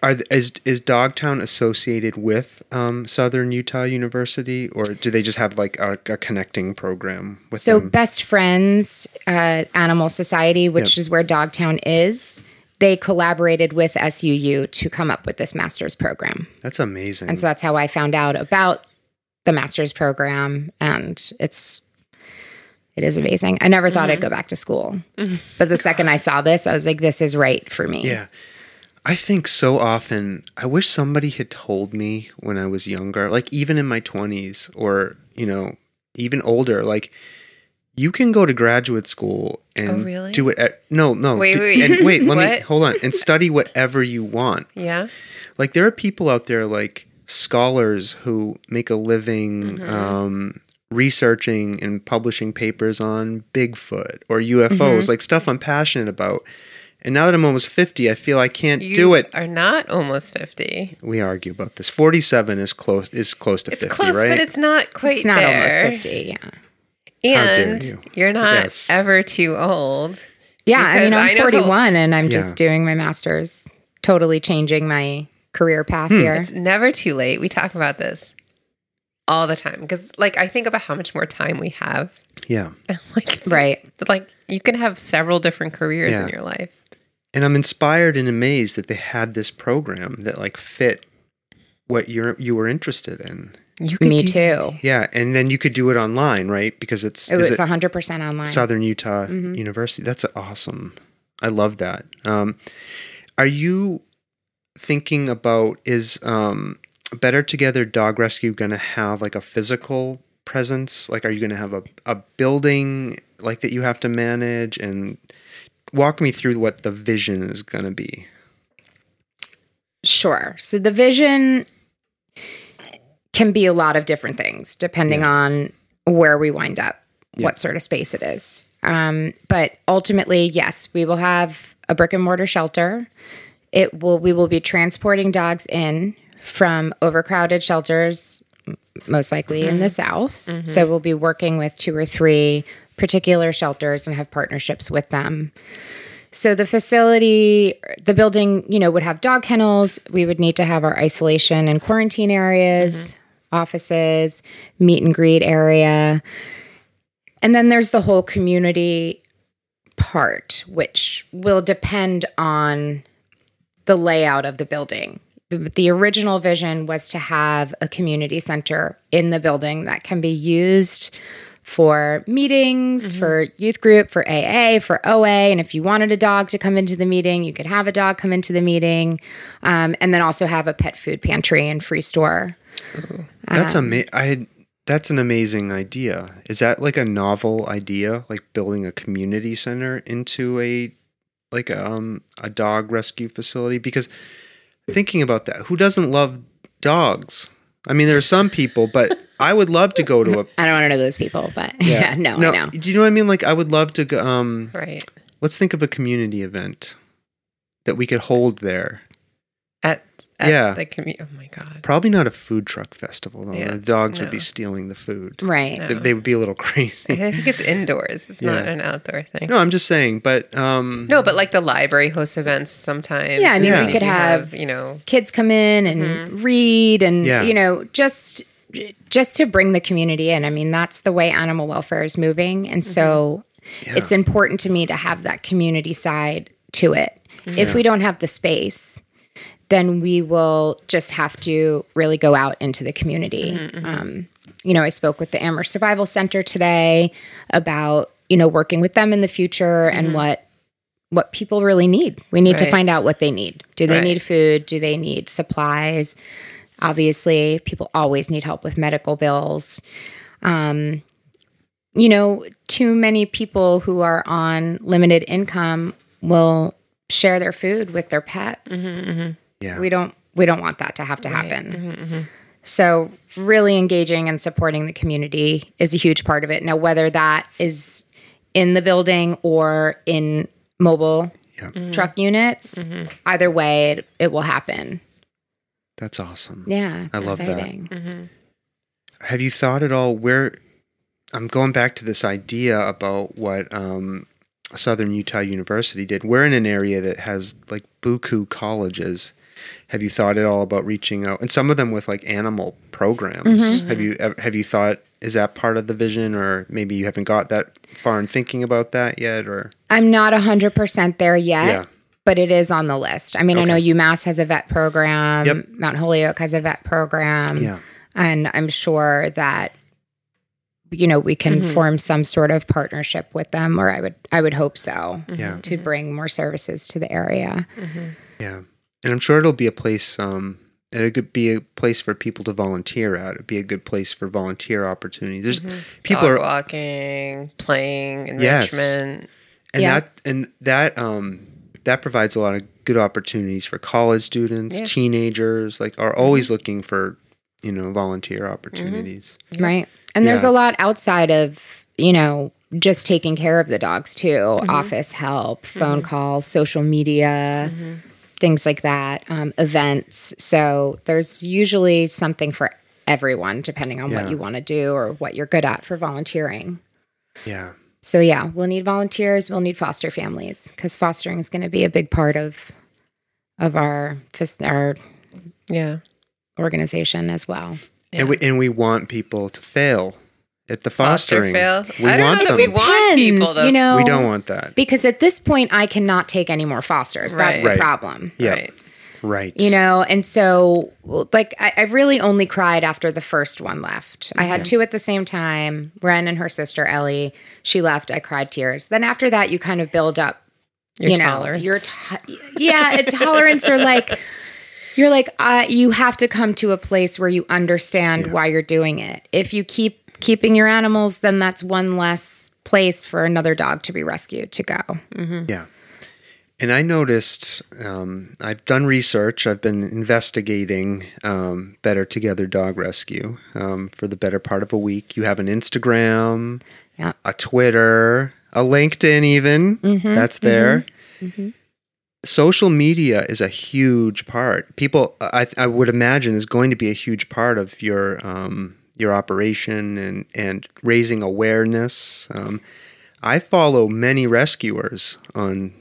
A: Are th- is is Dogtown associated with um, Southern Utah University, or do they just have like a, a connecting program with
E: So,
A: them?
E: Best Friends uh, Animal Society, which is where Dogtown is, they collaborated with SUU to come up with this master's program.
A: That's amazing.
E: And so that's how I found out about the master's program. And it's, it is amazing. I never thought I'd
B: Mm-hmm.
E: go back to school. But the second I saw this, I was like, this is right for me.
A: Yeah. I think so often, I wish somebody had told me when I was younger, like even in my 20s or, you know, even older, like you can go to graduate school
E: Oh,
A: and
B: really?
A: do it at, no, no.
B: Wait,
A: d-
B: wait, wait.
A: And wait, let me
B: What?
A: hold on and study whatever you want.
B: yeah.
A: Like
B: Mm-hmm.
A: there are people out there like scholars who make a living um researching and publishing papers on Bigfoot or UFOs,
B: Mm-hmm.
A: like stuff I'm passionate about. And now that I'm almost 50, I feel I can't
B: You
A: do it.
B: Are not almost fifty.
A: We argue about this. 47 is close is close to
B: It's
A: 50,
B: close,
A: right?
B: but it's not quite.
E: It's not
B: there.
E: almost 50. Yeah.
A: How dare
B: And
A: you.
B: you. are not
A: Yes.
B: ever too old.
E: Yeah. I
B: Because
E: mean, I'm
B: I know-
E: 41 and I'm just
A: Yeah.
E: doing my master's, totally changing my career path
A: Hmm.
E: here.
B: It's never too late. We talk about this all the time because, like, I think about how much more time we have.
A: yeah.
B: like,
E: Right.
B: like you can have several different careers in
A: Yeah.
B: your life.
A: And I'm inspired and amazed that they had this program that like fit what you're you were interested in.
B: You could
E: Me
B: do
E: too.
B: that
A: Yeah, and then you could do it online, right? Because it's
E: It
A: is it
E: was 100% online.
A: Southern Utah University. That's awesome. I love that. Um, are you thinking about is um, Better Together Dog Rescue going to have like a physical presence? Like, are you going to have a, a building like that you have to manage? And walk me through what the vision is going to be.
E: Sure. So the vision can be a lot of different things depending on where we wind up, what sort of space it is. Um, but ultimately, yes, we will have a brick and mortar shelter. It will. We will be transporting dogs in from overcrowded shelters, m- most likely in the south. So we'll be working with two or three particular shelters and have partnerships with them so the facility, the building, you know, would have dog kennels. We would need to have our isolation and quarantine areas, offices, meet and greet area. And then there's the whole community part, which will depend on the layout of the building. The, the original vision was to have a community center in the building that can be used for meetings, for youth group, for AA, for OA. And if you wanted a dog to come into the meeting, you could have a dog come into the meeting. Um, and then also have a pet food pantry and free store.
A: That's ama- I had, that's an amazing idea. Is that like a novel idea, like building a community center into a like um a dog rescue facility? Because thinking about that, who doesn't love dogs? I mean, there are some people, but I would love to go to a
E: I don't want to know those people, but yeah, no, I know.
A: Do you know what I mean? Like, I would love to go. Um,
B: Right.
A: let's think of a community event that we could hold there.
B: At, at
A: Yeah.
B: the commu- Oh my god.
A: Probably not a food truck festival, though.
B: Yeah,
A: the dogs would
B: no.
A: be stealing the food.
E: Right.
A: They, they would be a little crazy.
B: I think it's indoors. It's not
A: Yeah.
B: an outdoor thing.
A: No, I'm just saying, but um
B: No, but like the library hosts events sometimes.
E: Yeah, I mean,
A: Yeah.
E: we could
B: You
E: have,
B: you know,
E: kids come in and read and
A: Yeah.
E: you know just just to bring the community in i mean that's the way animal welfare is moving and so it's important to me to have that community side to it if we don't have the space then we will just have to really go out into the community um, you know i spoke with the amherst survival center today about you know working with them in the future and what what people really need. We need to
B: Right.
E: find out what they need. Do they
B: Right.
E: need food? Do they need supplies? Obviously, people always need help with medical bills. Um, you know, too many people who are on limited income will share their food with their pets.
A: yeah.
E: We don't we don't want that to have to happen. So really engaging and supporting the community is a huge part of it. Now whether that is in the building or in mobile
A: Yeah.
E: truck units, either way it, it will happen.
A: That's awesome.
E: Yeah,
A: I
E: it's
A: love that.
E: exciting.
B: mm-hmm,
A: Have you thought at all where I'm going back to this idea about what um Southern Utah University did. We're in an area that has like buku colleges. Have you thought at all about reaching out and some of them with like animal programs?
B: Mm-hmm.
A: Have you ev- have you thought is that part of the vision or maybe you haven't got that far in thinking about that yet or
E: I'm not 100% there yet.
A: Yeah.
E: But it is on the list. I mean, I know UMass has a vet program.
A: Yep.
E: Mount Holyoke has a vet program.
B: Um,
A: yeah.
E: and I'm sure that you know we can form some sort of partnership with them or I would I would hope so
A: Yeah.
E: to bring more services to the area.
A: Yeah. And I'm sure it'll be a place, um, and it could be a place for people to volunteer at. It'd be a good place for volunteer opportunities. There's people
B: dog
A: are,
B: walking, playing,
A: Yes.
B: enrichment.
A: and
E: Yeah.
A: that, and that, um, that provides a lot of good opportunities for college students,
B: Yeah. Mm-hmm.
A: teenagers, like are always looking for, you know, volunteer opportunities.
E: Right? And there's
A: Yeah.
E: a lot outside of, you know, just taking care of the dogs too
A: Mm-hmm.
E: office help, phone calls, social media,
A: Mm-hmm.
E: things like that, um, events. So there's usually something for everyone, depending on
A: Yeah.
E: what you want to do or what you're good at for volunteering.
A: Yeah.
E: So yeah, we'll need volunteers. We'll need foster families because fostering is going to be a big part of of our fis- our
B: Yeah.
E: organization as well.
A: And we and we want people to fail at the fostering.
B: Foster fail.
A: We
B: I don't
A: want
B: know that
A: them.
B: we want people
E: Depends,
B: to.
E: you know,
A: We don't want that.
E: because at this point I cannot take any more fosters. That's
B: Right.
E: the
A: Right.
E: problem.
A: Yeah.
B: Right.
A: Right.
E: You know, and so like I, I really only cried after the first one left. I had two at the same time. Ren and her sister Ellie. She left. I cried tears. Then after that, you kind of build up
B: Your
E: you know,
B: tolerance.
E: your to- yeah, it's tolerance or like you're like uh, you have to come to a place where you understand why you're doing it. If you keep keeping your animals, then that's one less place for another dog to be rescued to go.
A: Yeah. And I noticed, um, I've done research, I've been investigating um, Better Together Dog Rescue um, for the better part of a week. You have an Instagram,
E: Yeah.
A: a Twitter, a LinkedIn, even. That's there. Social media is a huge part. People, I, I would imagine, is going to be a huge part of your um, your operation and and raising awareness. Um, I follow many rescuers on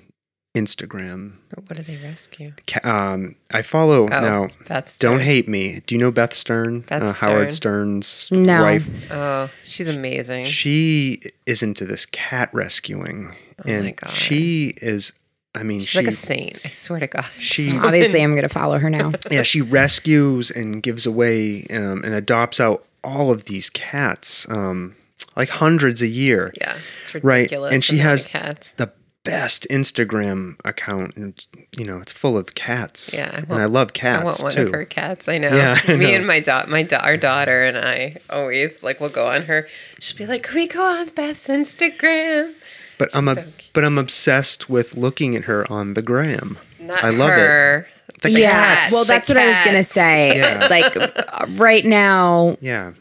A: Instagram.
B: But what do they rescue?
A: Ca- Um, I follow
B: Oh,
A: now.
B: that's
A: Don't
B: Stern.
A: hate me. Do you know Beth Stern? Uh,
B: Beth
A: Howard Stern's
E: No.
A: wife.
B: Oh, she's amazing.
A: She is into this cat rescuing,
B: Oh my
A: and
B: God.
A: she is. I mean,
B: she's
A: she
B: like a saint. I swear to God.
A: she
E: Obviously, I'm going to follow her now.
A: yeah she rescues and gives away um, and adopts out all of these cats, um, like hundreds a year.
B: Yeah, it's
A: Right,
B: ridiculous.
A: and she
B: amount
A: has-
B: of cats.
A: the best Instagram account, and you know it's full of cats.
B: Yeah, I
A: and
B: want-
A: I love
B: I
A: cats
B: want one
A: too.
B: of her cats. I know.
A: Yeah, I
B: Me
A: know.
B: and my daughter, my da- our daughter and I always like will go on her. She'll be like, "Can we go on Beth's Instagram?"
A: But I'm a,
B: so cute.
A: but I'm obsessed with looking at her on the gram.
B: Not
A: I love it.
B: her.
A: The
E: yeah.
A: cats.
E: Well,
B: The
E: that's what I was going to
B: cats.
E: say.
A: Yeah.
E: Like uh, right now,
A: yeah,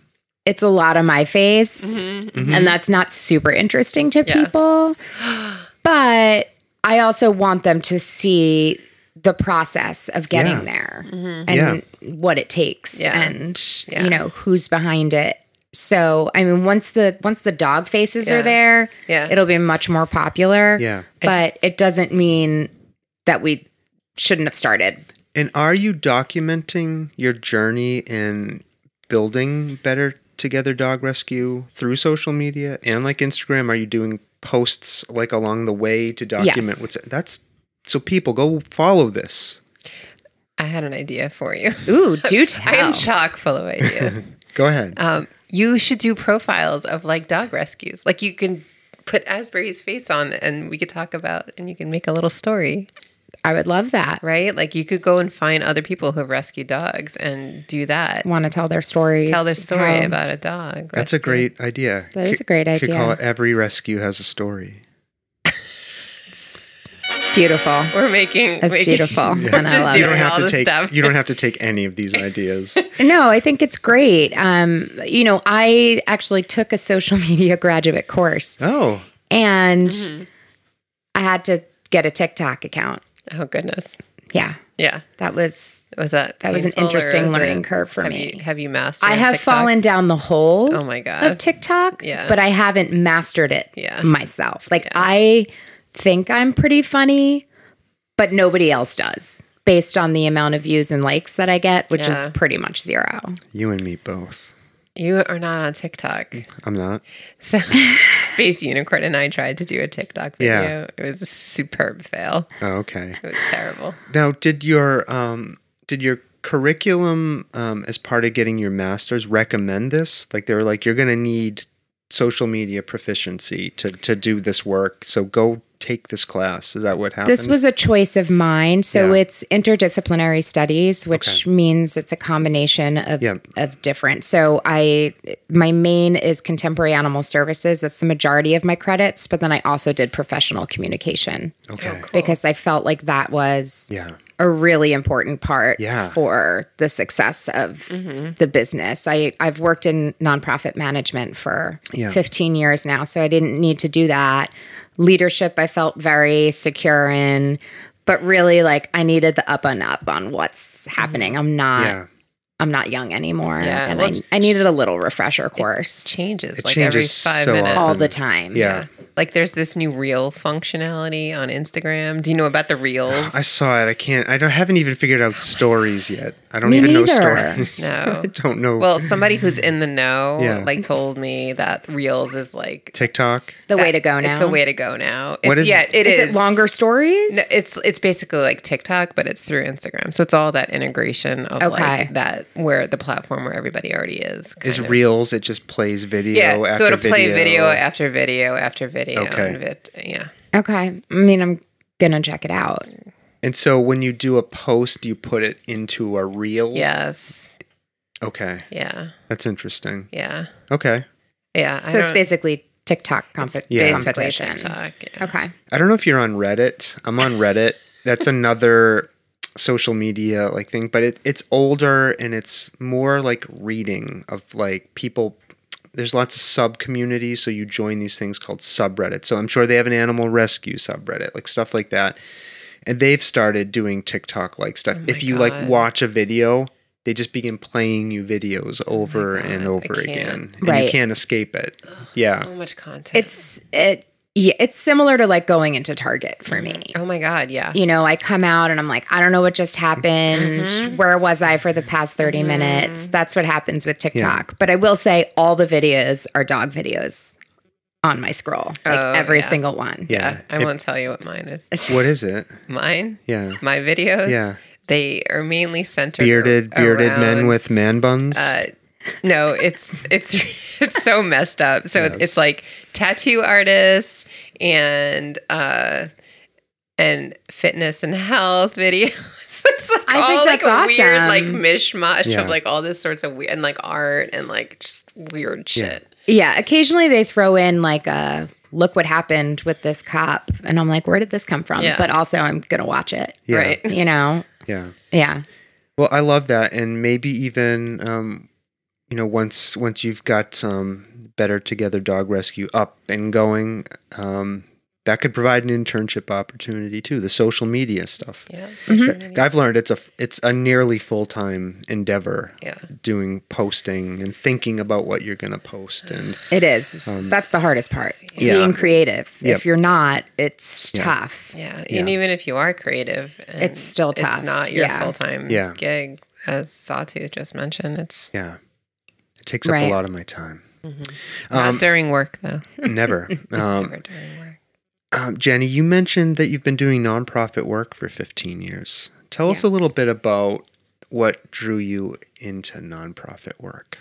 E: it's a lot of my face
A: Mm-hmm.
E: and that's not super interesting to
B: Mm-hmm, Yeah.
E: people but i also want them to see the process of getting
A: Yeah.
E: there
A: Yeah.
E: and what it takes
B: Mm-hmm. Yeah.
E: and
B: Yeah.
E: you know who's behind it so i mean once the once the dog faces
B: Yeah.
E: are there
B: Yeah.
E: it'll be much more popular
A: Yeah.
E: but it doesn't mean that we shouldn't have started
A: and are you documenting your journey in building better together dog rescue through social media and like Instagram? Are you doing posts like along the way to document
E: Yes.
A: what's that's so people go follow this.
B: I had an idea for you.
E: ooh do tell
B: I am chock full of ideas.
A: Go ahead.
E: Oh,
B: um, you should do profiles of like dog rescues. Like you can put Asbury's face on, and we could talk about, and you can make a little story.
E: i would love that
B: right? Like you could go and find other people who have rescued dogs and do that.
E: want to tell their stories
B: tell their story
E: how-
B: about a dog.
A: That's a
B: rescue.
A: great idea.
E: That is a great
A: Could call
E: idea.
A: it every rescue has a story.
E: beautiful
B: We're making.
E: That's
B: making-
E: beautiful,
B: We're
E: and I
B: just
E: love
A: You
B: doing
A: don't have
B: all
A: to
B: this
A: take
B: stuff.
A: you don't have to take any of these ideas.
E: No, I think it's great. Um, you know, I actually took a social media graduate course
A: oh,
E: and
B: Mm-hmm.
E: I had to get a TikTok account.
B: oh goodness.
E: Yeah.
B: Yeah.
E: That was
B: Was that
E: That was an
B: painful, or
E: interesting
B: is
E: learning
B: it-
E: curve for
B: have
E: me.
B: You, have you mastered?
E: I have
B: TikTok?
E: fallen down the hole
B: Oh my god.
E: of TikTok,
B: Yeah.
E: but I haven't mastered it
B: Yeah.
E: myself. Like I think I'm pretty funny, but nobody else does based on the amount of views and likes that I get, which
B: Yeah.
E: is pretty much zero.
A: you and me both.
B: you are not on TikTok.
A: I'm not.
B: So Space Unicorn and I tried to do a TikTok
A: Yeah.
B: video. It was a superb fail.
A: Oh, okay.
B: It was terrible.
A: Now, did your um, did your curriculum um, as part of getting your master's recommend this? Like they were like, you're going to need social media proficiency to to do this work. So go take this class. Is that what happened?
E: This was a choice of mine. So
A: Yeah.
E: it's interdisciplinary studies, which means it's a combination of,
A: Yeah.
E: of different. So I my main is contemporary animal services. That's the majority of my credits, but then I also did professional communication
A: okay.
B: cool.
E: because I felt like that was
A: Yeah.
E: a really important part
A: Yeah.
E: for the success of
B: Mm-hmm.
E: the business. I, I've worked in nonprofit management for
A: Yeah.
E: 15 years now, so I didn't need to do that. Leadership, I felt very secure in, but really, like, I needed the up and up on what's happening. I'm not.
A: yeah.
E: I'm not young anymore,
B: Mm-hmm. Yeah,
E: and
B: well,
E: I, I needed a little refresher course
B: changes
A: It
B: like
A: changes
B: every five
A: so
B: minutes.
E: all
A: often.
E: the time.
A: Yeah.
B: Like there's this new reel functionality on Instagram. Do you know about the reels?
A: I saw it. I can't. I don't. Haven't even figured out stories yet. I don't
E: Me
A: even know
E: neither.
A: stories.
B: No.
A: I don't know.
B: well, somebody who's in the know
A: Yeah.
B: like told me that reels is like
A: TikTok.
E: the way to go now.
B: It's the way to go now. It's,
A: What is
B: yeah,
A: it?
B: it
E: is
B: is.
E: it longer stories?
B: No, it's it's basically like TikTok, but it's through Instagram. So it's all that integration of
E: Okay.
B: like that where the platform where everybody already is. kind
A: Is
B: of.
A: reels? It just plays video.
B: Yeah,
A: After
B: so it'll
A: video.
B: play video after video after video.
A: Okay.
B: and vid- yeah.
E: okay. I mean, I'm gonna check it out.
A: And so when you do a post, you put it into a reel.
B: Yes.
A: Okay,
B: Yeah.
A: that's interesting.
B: Yeah.
A: Okay,
B: Yeah. I
E: So it's
B: don't-
E: basically TikTok comp-
A: yeah.
B: basically
E: competition.
B: TikTok. Yeah.
E: Okay.
A: I don't know if you're on Reddit. I'm on Reddit. That's another social media like thing, but it, it's older and it's more like reading of like people. There's lots of sub communities, so you join these things called subreddits. So I'm sure they have an animal rescue subreddit, like stuff like that. And they've started doing TikTok like stuff. if you
B: Oh God.
A: like watch a video, they just begin playing you videos
B: Oh
A: over and over
B: can't.
A: again, and you
E: Right.
A: can't escape it. Yeah,
B: So much content.
E: It's it. Yeah, it's similar to like going into Target for me.
B: oh my god. Yeah.
E: You know, I come out and I'm like, I don't know what just happened.
B: Mm-hmm.
E: Where was I for the past 30 minutes? That's what happens with TikTok. But I will say all the videos are dog videos on my scroll. Like
B: Oh,
E: every
B: yeah.
E: single one.
A: yeah.
B: I
A: It-
B: won't tell you what mine is.
A: what is it?
B: Mine.
A: Yeah.
B: My videos.
A: Yeah.
B: They are mainly centered
A: bearded bearded men
B: around,
A: with man buns.
B: Uh, no, it's it's it's so messed up. So it's like tattoo artists and uh and fitness and health videos. it's like
E: I think
B: all like
E: that's
B: a weird
E: awesome.
B: like mishmash
A: Yeah.
B: of like all this sorts of weird and like art and like just weird shit.
E: Yeah, occasionally they throw in like a look what happened with this cop and I'm like, where did this come from?
B: Yeah.
E: But also I'm gonna watch it.
A: yeah,
B: Right.
E: You know?
A: Yeah.
E: Yeah.
A: Well, I love that, and maybe even um, you know once once you've got um, better together dog rescue up and going, um, that could provide an internship opportunity too. The social media stuff.
B: Yeah.
E: Mm-hmm.
A: I've learned it's a it's a nearly full time endeavor.
B: Yeah.
A: Doing posting and thinking about what you're gonna post and
E: It is. That's the hardest part.
A: Um, Yeah.
E: Being creative.
A: Yep.
E: If you're not, it's tough.
B: Yeah. And even if you are creative, and
E: It's still
B: It's
E: tough.
B: not your
E: Yeah.
B: full time
A: Yeah.
B: gig, as Sawtooth just mentioned. It's
A: yeah, it takes up
E: Right.
A: a lot of my time. Um,
B: not during work though.
A: Never. Um,
B: Never during work.
A: Um, Jenny, you mentioned that you've been doing nonprofit work for 15 years. Tell us a little bit about what drew you into nonprofit work.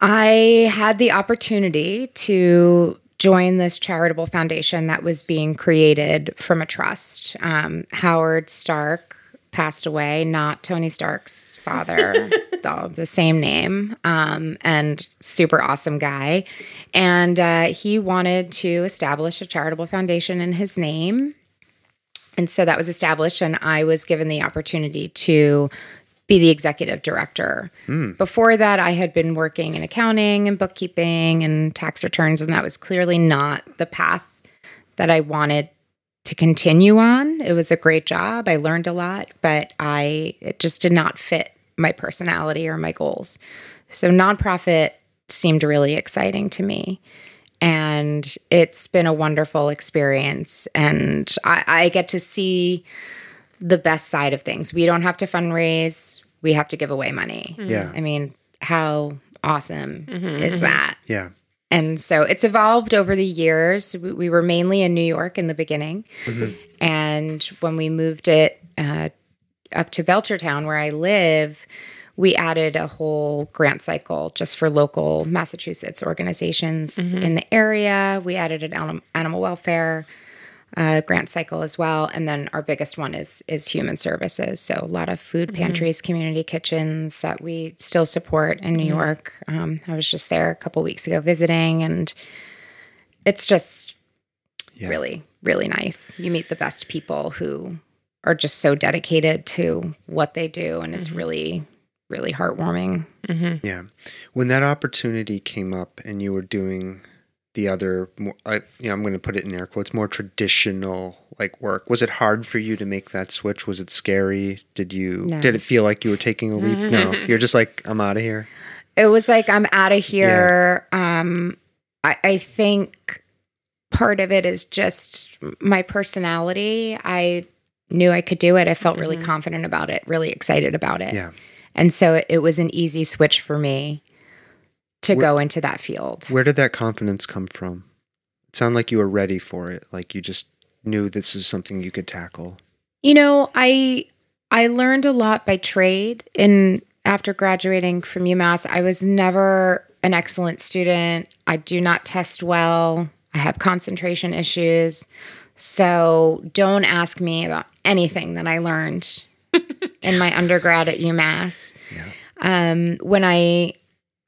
E: I had the opportunity to join this charitable foundation that was being created from a trust. Um, Howard Stark passed away, not Tony Stark's father, the, the same name, um, and super awesome guy. And uh, he wanted to establish a charitable foundation in his name. And so that was established, and I was given the opportunity to be the executive director. Before that, I had been working in accounting and bookkeeping and tax returns, and that was clearly not the path that I wanted to continue on. It was a great job. I learned a lot, but I it just did not fit my personality or my goals. So nonprofit seemed really exciting to me. And it's been a wonderful experience. And I, I get to see the best side of things. We don't have to fundraise, we have to give away money.
A: Yeah.
E: I mean, how awesome is that?
A: Yeah.
E: And so it's evolved over the years. We, we were mainly in New York in the beginning. And when we moved it uh, up to Belchertown, where I live, we added a whole grant cycle just for local Massachusetts organizations in the area. We added an anim- animal welfare uh, grant cycle as well, and then our biggest one is is human services. So a lot of food pantries, community kitchens that we still support in New York. Um, I was just there a couple weeks ago visiting, and it's just
A: Yeah.
E: really really nice. You meet the best people who are just so dedicated to what they do. And
A: Mm-hmm.
E: it's really, really heartwarming.
A: Yeah. When that opportunity came up and you were doing the other, more, I, you know, I'm going to put it in air quotes, more traditional like work, was it hard for you to make that switch? Was it scary? Did you,
E: No.
A: did it feel like you were taking a leap? no. You're just like, I'm out of here.
E: It was like, I'm out of here. Um, I, I think part of it is just my personality. I knew I could do it. I felt really confident about it, really excited about it.
A: Mm-hmm. Yeah.
E: And so it, it was an easy switch for me to
A: Where-
E: go into that field.
A: Where did that confidence come from? It sounded like you were ready for it. Like you just knew this is something you could tackle.
E: You know, I I learned a lot by trade in after graduating from UMass. I was never an excellent student. I do not test well. I have concentration issues. So don't ask me about anything that I learned in my undergrad at UMass. Um, when I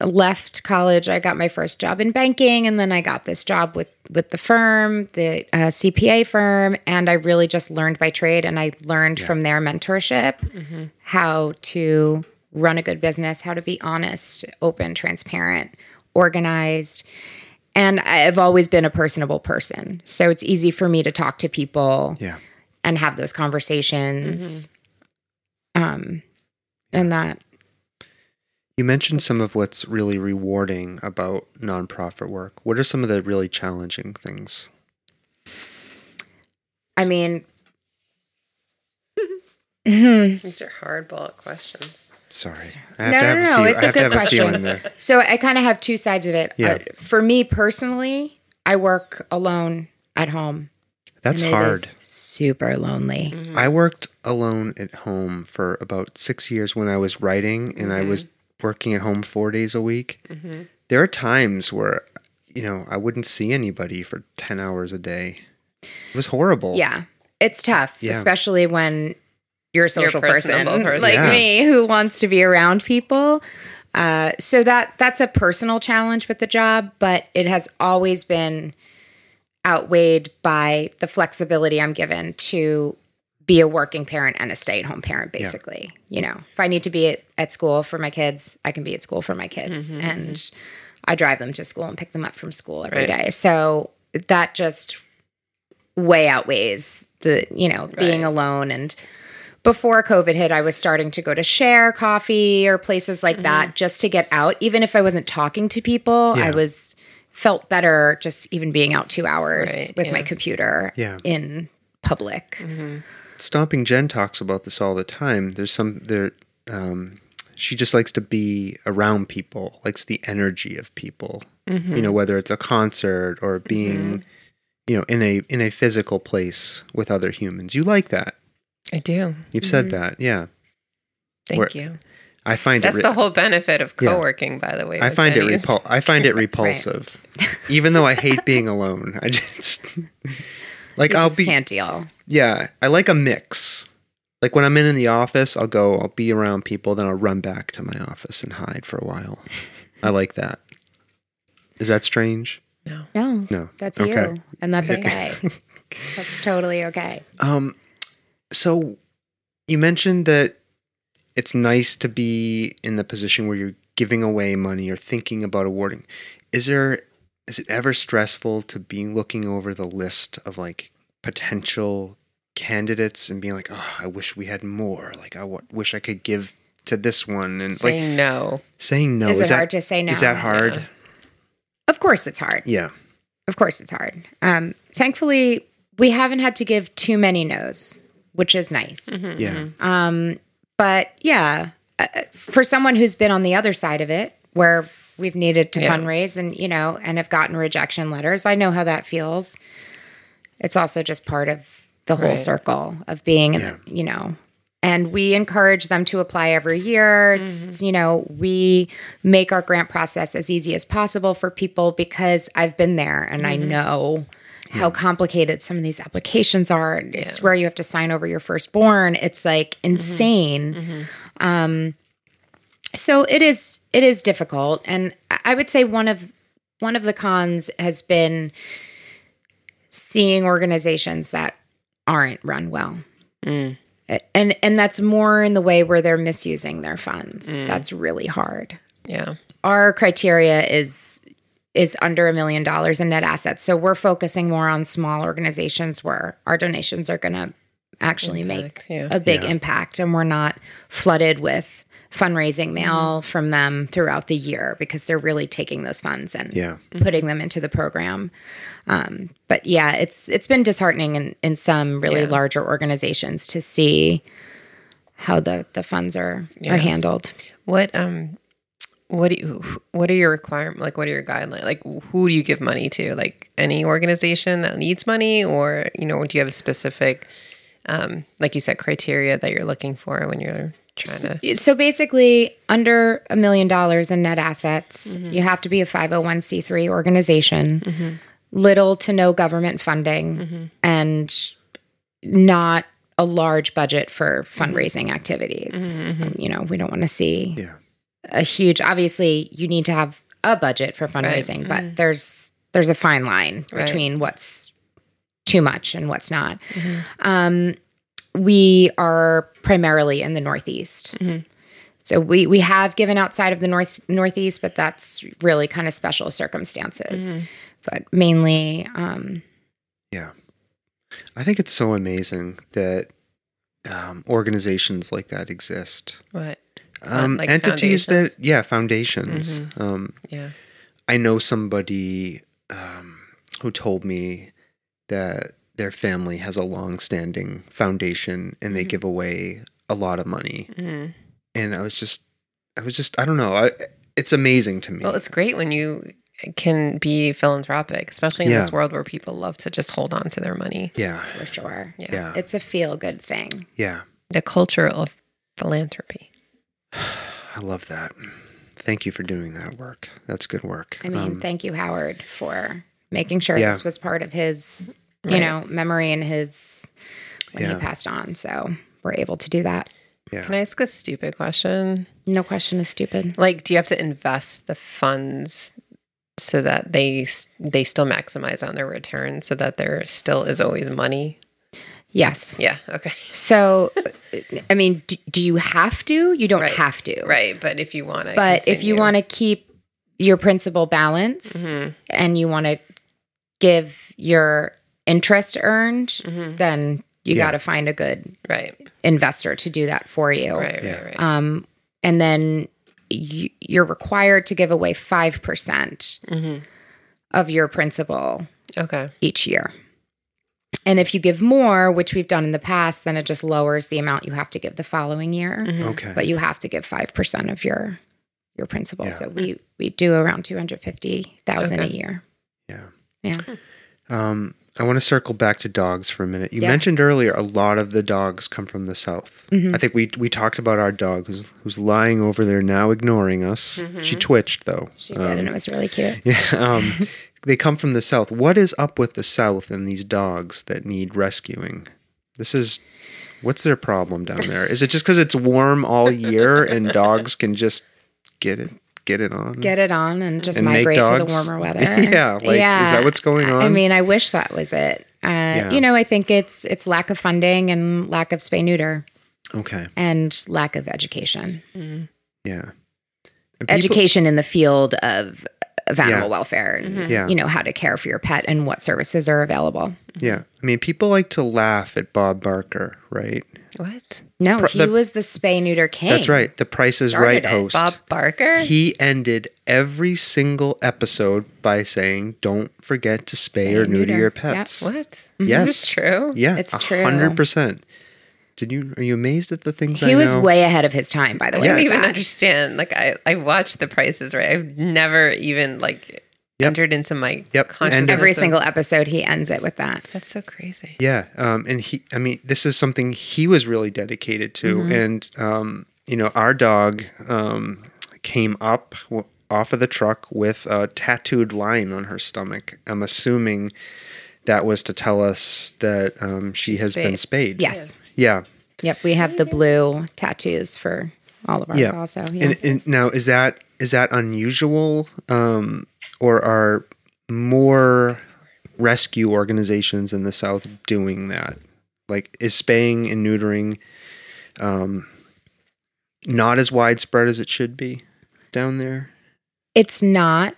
E: left college, I got my first job in banking, and then I got this job with with the firm, the uh, CPA firm, and I really just learned by trade, and I learned from their mentorship how to run a good business, how to be honest, open, transparent, organized. And I've always been a personable person. So it's easy for me to talk to people
A: Yeah.
E: and have those conversations. Um, and that,
A: You mentioned some of what's really rewarding about nonprofit work. What are some of the really challenging things?
E: I mean, hmm,
B: These are hardball questions.
A: Sorry. I have
E: No,
A: to have
E: no,
A: a
E: no,
A: few,
E: it's
A: I
E: a
A: have to
E: good
A: have a few
E: question.
A: in there.
E: so I kind of have two sides of it.
A: Yeah.
E: Uh, for me personally, I work alone at home.
A: That's
E: and it
A: hard.
E: is super lonely.
A: I worked alone at home for about six years when I was writing and I was working at home four days a week. There are times where, you know, I wouldn't see anybody for 10 hours a day. It was horrible.
E: Yeah. It's tough,
A: Yeah.
E: especially when you're a social person,
B: personable person.
E: like
A: Yeah.
E: me who wants to be around people. Uh, so that that's a personal challenge with the job, but it has always been outweighed by the flexibility I'm given to be a working parent and a stay-at-home parent basically. You know, if I need to be at, at school for my kids, I can be at school for my kids
B: Mm-hmm,
E: and I drive them to school and pick them up from school every day.
B: Right.
E: So that just way outweighs the you know being
B: Right.
E: alone and before covid hit i was starting to go to share coffee or places like that just to get out even if i wasn't talking to people i
A: Yeah.
E: was felt better just even being out two hours
B: Right,
E: with my
B: yeah.
E: computer
A: Yeah.
E: in public
A: Stomping Jen talks about this all the time. There's some there. Um, she just likes to be around people, likes the energy of people. You know, whether it's a concert or being, you know, in a in a physical place with other humans. You like that.
B: I do.
A: You've said that. Yeah,
B: Thank
A: Where-
B: you.
A: I find
B: That's
A: it.
B: the whole benefit of
A: Yeah.
B: co-working, by the way.
A: I
B: with
A: find it
B: Jenny's.
A: repul- I find it repulsive, even though I hate being alone. I just like
E: You
A: I'll
E: just
A: be
E: can't deal
A: Yeah, I like a mix. Like when I'm in, in the office, I'll go, I'll be around people, then I'll run back to my office and hide for a while. I like that. Is that strange?
E: no
A: No.
E: that's
A: Okay.
E: you and that's okay that's totally okay
A: Um, so you mentioned that it's nice to be in the position where you're giving away money or thinking about awarding. Is there is it ever stressful to be looking over the list of like potential candidates and being like, oh, I wish we had more. Like I w- wish I could give to this one and like
B: saying no.
A: saying no.
E: Is it
A: that,
E: hard to say no?
A: Is that hard?
E: of course it's hard
A: Yeah.
E: of course it's hard. Um, thankfully, we haven't had to give too many no's, which is nice.
B: Mm.
E: Um,
A: Yeah.
B: Mm-hmm.
E: Mm-hmm. But yeah, uh, uh, for someone who's been on the other side of it, where we've needed to
B: Yeah.
E: fundraise and you know, and have gotten rejection letters, I know how that feels. It's also just part of the whole
B: Right.
E: circle of being,
A: Yeah.
E: you know. And we encourage them to apply every year. It's, You know, we make our grant process as easy as possible for people because I've been there and I know how complicated some of these applications are. I swear you have to sign over your firstborn. It's like insane. Um, so it is it is difficult, and I- I would say one of one of the cons has been seeing organizations that aren't run well
B: Mm-hmm. Mm.
E: A- And and that's more in the way where they're misusing their funds. That's really hard.
B: Yeah.
E: Our criteria is is under a million dollars in net assets. So we're focusing more on small organizations where our donations are going to actually
B: Impact,
E: make
B: yeah.
E: a big impact and we're not flooded with fundraising mail from them throughout the year because they're really taking those funds and
A: Yeah.
E: putting them into the program. Um, but yeah, it's it's been disheartening in, in some really
B: Yeah.
E: larger organizations to see how the, the funds are are handled.
B: What um what do you what are your requirements like what are your guidelines like who do you give money to like any organization that needs money or you know do you have a specific um like you said criteria that you're looking for when you're trying to
E: So basically, under a million dollars in net assets, you have to be a 501c3 organization, little to no government funding, and not a large budget for fundraising activities. Um, You know, we don't want to see
A: Yeah.
E: a huge obviously you need to have a budget for fundraising but there's there's a fine line
B: Mm-hmm. Right.
E: between what's too much and what's not
B: mm-hmm.
E: um, we are primarily in the northeast
B: Mm-hmm.
E: so we we have given outside of the north northeast but that's really kind of special
B: Mm-hmm.
E: circumstances but mainly um,
A: Yeah. I think it's so amazing that um, organizations like that exist.
B: what
A: Um,
B: like
A: entities that, yeah, foundations. Um,
B: yeah
A: I know somebody um, who told me that their family has a long-standing foundation and they give away a lot of money.
B: Mhm.
A: And I was just, I was just, I don't know. I, it's amazing to me.
B: well it's great when you can be philanthropic especially in this
A: Yeah.
B: world where people love to just hold on to their money
A: yeah,
E: for sure
B: yeah,
A: yeah,
E: it's a feel good thing
A: yeah.
B: the culture of philanthropy
A: I love that. Thank you for doing that work. That's good work.
E: I mean,
A: Um,
E: thank you, Howard, for making sure
A: Yeah.
E: this was part of his, you
B: Right.
E: know, memory and his when
A: Yeah.
E: he passed on. So we're able to do that.
A: yeah.
B: can i ask a stupid question
E: No question is stupid.
B: Like, do you have to invest the funds so that they they still maximize on their return, so that there still is always money?
E: Yes.
B: Yeah. Okay.
E: So, uh, I mean, do, do you have to? You don't
B: Right.
E: have to.
B: Right. But if you want to,
E: But if you want to keep your principal balance
B: Mm-hmm.
E: and you want to give your interest earned,
B: Mm-hmm.
E: then you
A: Yeah.
E: got to find a good
B: right,
E: investor to do that for you.
B: right, right, right.
E: um, and then you, you're required to give away 5% percent of your principal
B: Mm-hmm, okay.
E: each year. And if you give more, which we've done in the past, then it just lowers the amount you have to give the following year.
B: Mm-hmm,
A: okay.
E: But you have to give 5% of your your principal.
A: Yeah.
E: So we we do around 250,000 a
B: Okay.
E: year.
A: Yeah.
E: Yeah.
A: Um, I want to circle back to dogs for a minute. You
E: Yeah.
A: mentioned earlier a lot of the dogs come from the south.
E: Mhm.
A: I think we we talked about our dog who's who's lying over there now, ignoring us. She twitched though.
E: Mm-hmm. She did and it was really cute.
A: Yeah. Um, they come from the south. What is up with the south and these dogs that need rescuing? This is what's their problem down there? Is it just because it's warm all year and dogs can just get it get it on?
E: Get it on and just
A: And make
E: migrate to the
A: dogs-
E: warmer weather.
A: Yeah, like, is that what's going
E: I
A: on?
E: mean, I wish that was it. Uh, You know, I think it's it's lack of funding and lack of spay neuter
A: Okay.
E: and lack of education.
B: mm-hmm.
A: Yeah. And people-
E: education in the field of of animal welfare and
A: Mm-hmm. Yeah.
E: you know how to care for your pet and what services are available.
A: Yeah. I mean, people like to laugh at Bob Barker, right?
B: What?
E: No,
A: Pro-
E: he
A: the-
E: was the spay neuter king.
A: That's right. The Price is
E: Started
A: Right
E: it.
A: host.
B: Bob Barker?
A: He ended every single episode by saying, "Don't forget to spay, or neuter,
E: neuter.
A: your
E: Yep.
A: pets."
B: What?
A: Yes.
B: Is this true?
A: Yeah, Uh-huh.
E: It's
A: a
E: true.
A: Hundred percent. Did you? Are you amazed at the things I
E: He was
A: know?
E: way ahead of his time, by the way.
B: I don't
E: with
B: even
E: that.
B: understand. Like, I I watched The Prices Right. I've never even like
A: Yep.
B: entered into my
A: Yep. And-
B: consciousness.
E: Every
B: of-
E: single episode, he ends it with that.
B: That's so crazy.
A: Yeah, um, and he, I mean, this is something he was really dedicated to, and um, you know, our dog um, came up w- off of the truck with a tattooed line on her stomach. I'm assuming that was to tell us that um, she has been spayed.
E: Yes.
A: Yeah.
E: Yep. We have the blue tattoos for all of ours
A: Yeah.
E: also. Yeah.
A: And, and now is that is that unusual, um, or are more rescue organizations in the South doing that? Like, is spaying and neutering um, not as widespread as it should be down there?
E: It's not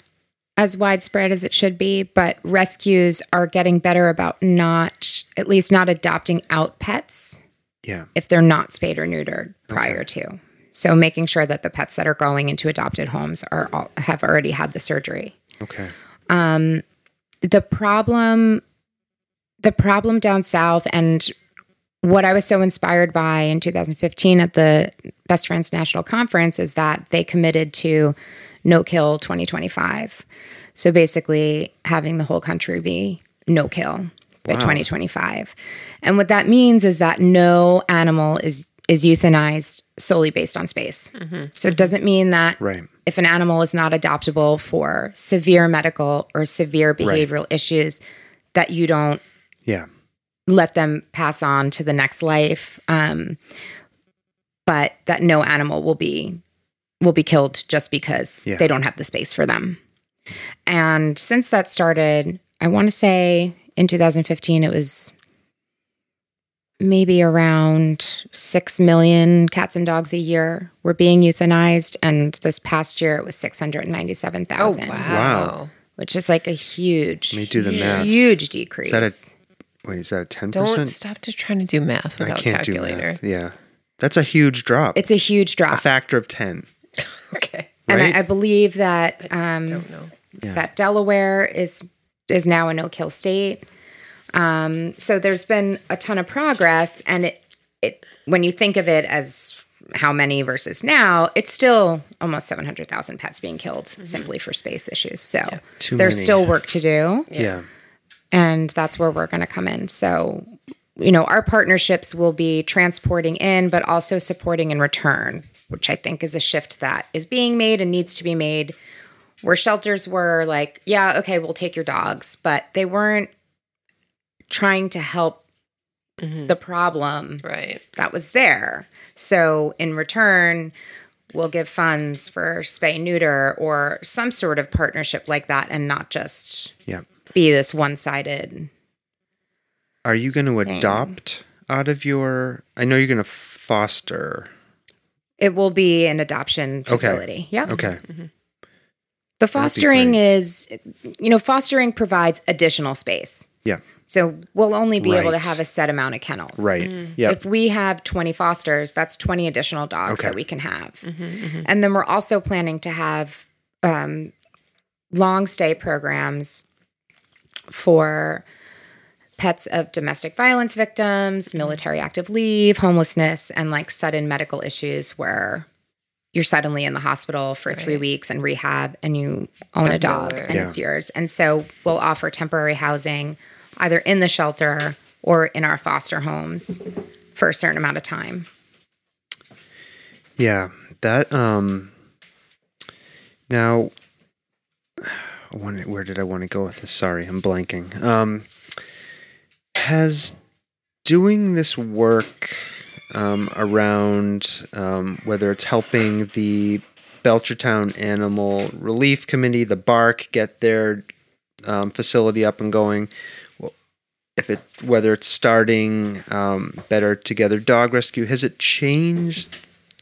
E: as widespread as it should be, but rescues are getting better about not, at least not adopting out pets
A: Yeah.
E: if they're not spayed or neutered prior to. So making sure that the pets that are going into adopted homes are all, have already had the surgery.
A: Okay.
E: the problem the problem down south and what I was so inspired by in 2015 at the Best Friends National Conference is that they committed to no kill 2025. So basically having the whole country be no kill by 2025. And what that means is that no animal is is euthanized solely based on space. So it doesn't mean that
A: Right.
E: if an animal is not adoptable for severe medical or severe behavioral issues that you don't
A: Yeah.
E: let them pass on to the next life um, but that no animal will be will be killed just because
A: Yeah.
E: they don't have the space for them and since that started i want to say in 2015 it was maybe around 6 million cats and dogs a year were being euthanized and this past year it was
B: Oh,
E: 697,000
A: Oh, Wow.
E: which is like a huge
A: Let me do the math.
E: huge decrease
A: Wait, is that a 10%?
B: Don't stop to trying to do math
A: I
B: without a
A: can't
B: calculator.
A: do math. Yeah. That's a huge drop.
E: it's a huge drop
A: a factor of 10.
B: Okay.
A: right?
E: And I, I believe that um,
B: Don't know.
E: that Delaware is is now a no kill state. Um, so there's been a ton of progress, and it it when you think of it as how many versus now, it's still almost seven hundred thousand pets being killed simply for space issues. So
A: Mm-hmm. Too
E: there's
A: many.
E: still work to do
A: Yeah.
E: and that's where we're going to come in. So, you know, our partnerships will be transporting in, but also supporting in return, which I think is a shift that is being made and needs to be made. Where shelters were like, yeah, okay, we'll take your dogs, but they weren't trying to help the problem
B: Right.
E: that was there. So in return, we'll give funds for spay neuter or some sort of partnership like that and not just
A: Yeah.
E: be this one sided
A: Are you going to adopt out of your? I know you're going to foster.
E: It will be an adoption facility. Yeah.
A: Okay.
E: The fostering is, you know, fostering provides additional space.
A: Yeah.
E: So we'll only be able to
A: Right.
E: have a set amount of kennels.
A: Right. Yeah.
E: If we have 20 fosters, that's 20 additional dogs
A: Okay.
E: that we can have.
B: Mm-hmm,
E: And then we're also planning to have um, long stay programs for pets of domestic violence victims, military active leave, homelessness, and like sudden medical issues where you're suddenly in the hospital for three weeks and rehab and you own a dog and it's yours. And so we'll offer temporary housing either in the shelter or in our foster homes for a certain amount of time.
A: Yeah. That. Um. Now. I wanted, where did I want to go with this? Sorry, I'm blanking. Um. Has doing this work um, around um, whether it's helping the Belchertown Animal Relief Committee, the Bark, get their um, facility up and going. Well, If it whether it's starting um, better together dog rescue, has it changed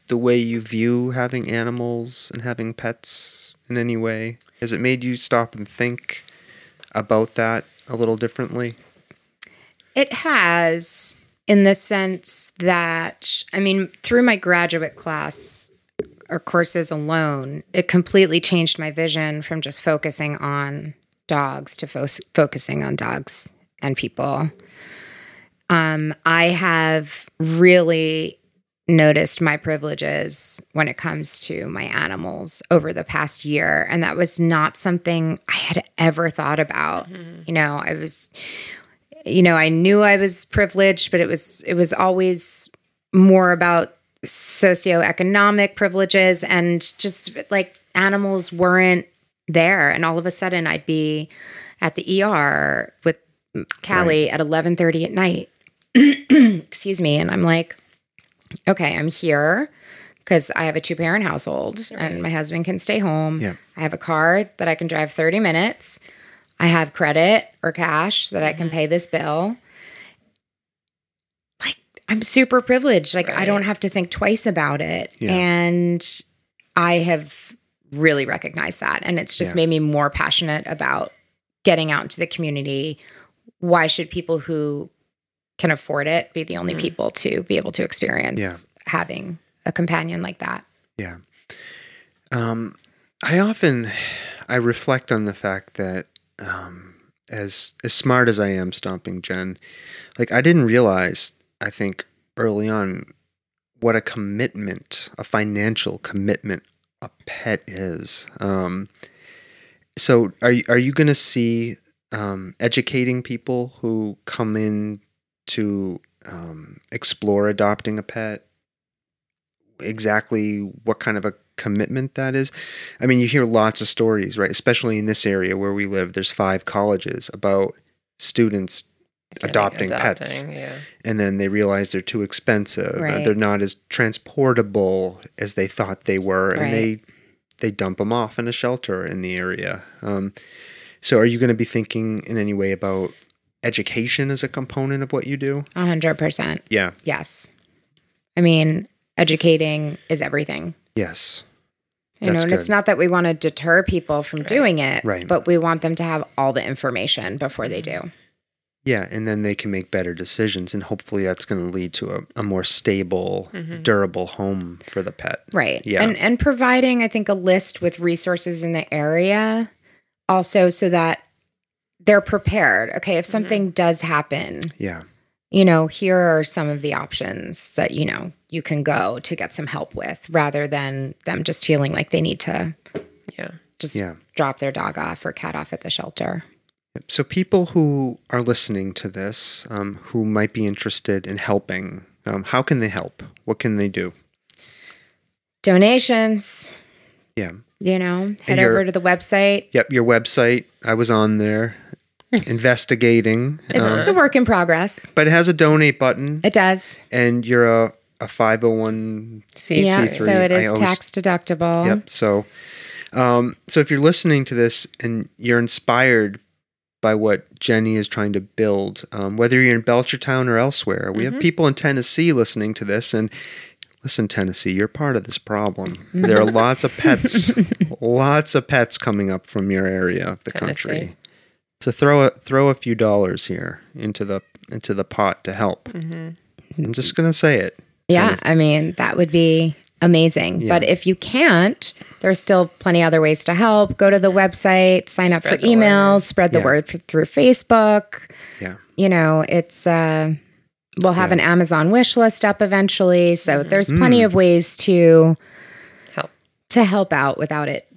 A: the way you view having animals and having pets in any way? Has it made you stop and think about that a little differently?
E: It has, in the sense that, I mean, through my graduate class or courses alone, it completely changed my vision from just focusing on dogs to fo- focusing on dogs and people. Um, I have really noticed my privileges when it comes to my animals over the past year. And that was not something I had ever thought about. You know, I was you know i knew i was privileged but it was it was always more about socioeconomic privileges and just like animals weren't there and all of a sudden i'd be at the er with callie at 11.30 at night excuse me and i'm like okay i'm here because i have a two parent household and my husband can stay home
A: Yeah.
E: i have a car that i can drive 30 minutes I have credit or cash that I can pay this bill. I'm super privileged. Like I don't have to think twice about it.
A: Yeah.
E: And I have really recognized that. And it's just
A: Yeah.
E: made me more passionate about getting out into the community. Why should people who can afford it be the only people to be able to experience
A: Yeah.
E: having a companion like that?
A: Yeah. Um, I often I reflect on the fact that um, as as smart as I am stomping Jen, like I didn't realize I think early on what a commitment, a financial commitment a pet is. Um, so are you, are you going to see um, educating people who come in to um, explore adopting a pet exactly what kind of a commitment that is. I mean, you hear lots of stories, right? Especially in this area where we live, there's five colleges about students adopting, pets.
B: Yeah.
A: And then they realize they're too expensive. or
E: Right.
A: They're not as transportable as they thought they were. And they
E: Right.
A: they dump them off in a shelter in the area. Um, so are you going to be thinking in any way about education as a component of what you do?
E: A hundred percent.
A: Yeah.
E: Yes. I mean, educating is everything.
A: Yes.
E: You
A: That's
E: know, and it's
A: good.
E: not that we want to deter people from doing it,
A: Right.
E: but we want them to have all the information before they do.
A: Yeah, and then they can make better decisions, and hopefully that's going to lead to a, a more stable,
E: Mm-hmm.
A: durable home for the pet.
E: Right.
A: Yeah.
E: And and providing I think a list with resources in the area also so that they're prepared. Okay,
A: Mm-hmm.
E: if something does happen,
A: Yeah,
E: you know, here are some of the options that you know you can go to get some help with rather than them just feeling like they need to
B: Yeah.
E: just
A: Yeah.
E: drop their dog off or cat off at the shelter.
A: So, people who are listening to this, um, who might be interested in helping, um, how can they help? What can they do?
E: Donations,
A: Yeah.
E: you know, head
A: you're-
E: over to the website.
A: Yep. Your website. I was on there investigating,
E: It's,
A: um,
E: it's a work in progress.
A: but it has a donate button,
E: It does.
A: and you're a a five hundred one
B: See,
E: Yeah.
A: C3.
E: So it
A: I
E: is
A: always-
E: tax deductible.
A: Yep. So, um, so if you're listening to this and you're inspired by what Jenny is trying to build, um, whether you're in Belchertown or elsewhere, we have people in Tennessee listening to this. And listen, Tennessee, you're part of this problem. There are lots of pets, lots of pets coming up from your area of the country.
B: Tennessee.
A: So throw a throw a few dollars here into the into the pot to help. I'm just gonna say it.
E: Yeah, I mean, that would be amazing. But if you can't, there's still plenty other ways to help. Go to the website, sign up for
B: Spread the word.
E: emails, spread the
A: Yeah.
E: word f- through Facebook.
A: Yeah.
E: You know, it's uh we'll have an Amazon wish list up eventually,
A: Mm-hmm.
E: so there's
A: Mm.
E: plenty of ways to
B: Help.
E: to help out without it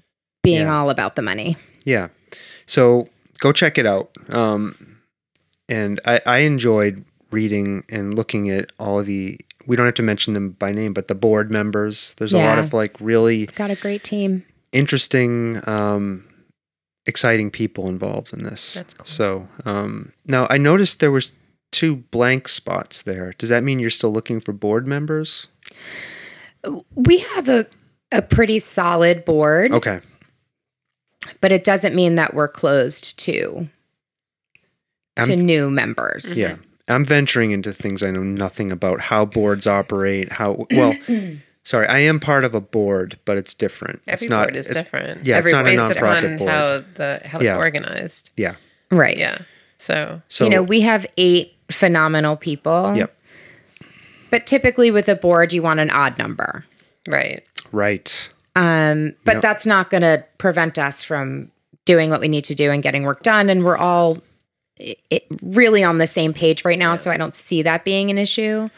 E: being
A: Yeah.
E: all about the money.
A: Yeah. So go check it out. Um, and I, I enjoyed reading and looking at all of the, we don't have to mention them by name, but the board members. There's a lot
E: Yeah.
A: of like really
E: Got a great team.
A: interesting, um, exciting people involved in this.
B: That's cool.
A: So um, now I noticed there was two blank spots there. Does that mean you're still looking for board members?
E: We have a a pretty solid board,
A: Okay.
E: but it doesn't mean that we're closed to to
A: I'm,
E: new members.
A: yeah. I'm venturing into things I know nothing about how boards operate, how, well, Sorry, I am part of a board, but it's different.
B: Every
A: it's not,
B: board is
A: it's-
B: different.
A: Yeah,
B: Every
A: it's not a
B: board is
A: nonprofit
B: different
A: board.
B: How the how
A: Yeah.
B: it's organized.
A: Yeah.
E: Right.
B: Yeah. So
A: So
E: you know, we have eight phenomenal people.
A: Yep.
E: But typically with a board, you want an odd number.
B: right.
A: Right.
E: Um, but
A: Yep.
E: that's not going to prevent us from doing what we need to do and getting work done. And we're all i i really on the same page right now. So I don't see that being an issue.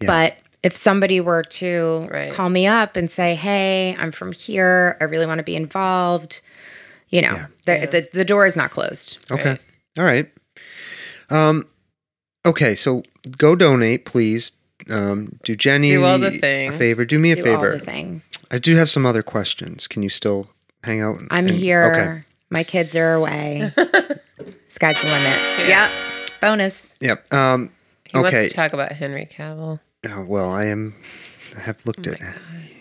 E: But if somebody were to
B: Right.
E: call me up and say, hey, I'm from here, I really want to be involved, you know, the, the, the door is not closed.
A: Okay. All right. Um okay, so go donate, please. Um do Jenny
B: Do all the
A: a
B: things.
A: favor. Do me a
E: Do all
A: favor.
E: the things.
A: I do have some other questions. Can you still hang out? and-
E: I'm
A: and-
E: here.
A: Okay.
E: My kids are away. Sky's the limit. Yep. Bonus.
A: Yep. Um
B: He
A: okay.
B: wants to talk about Henry Cavill.
A: Oh, well, I am I have looked
E: Oh
A: at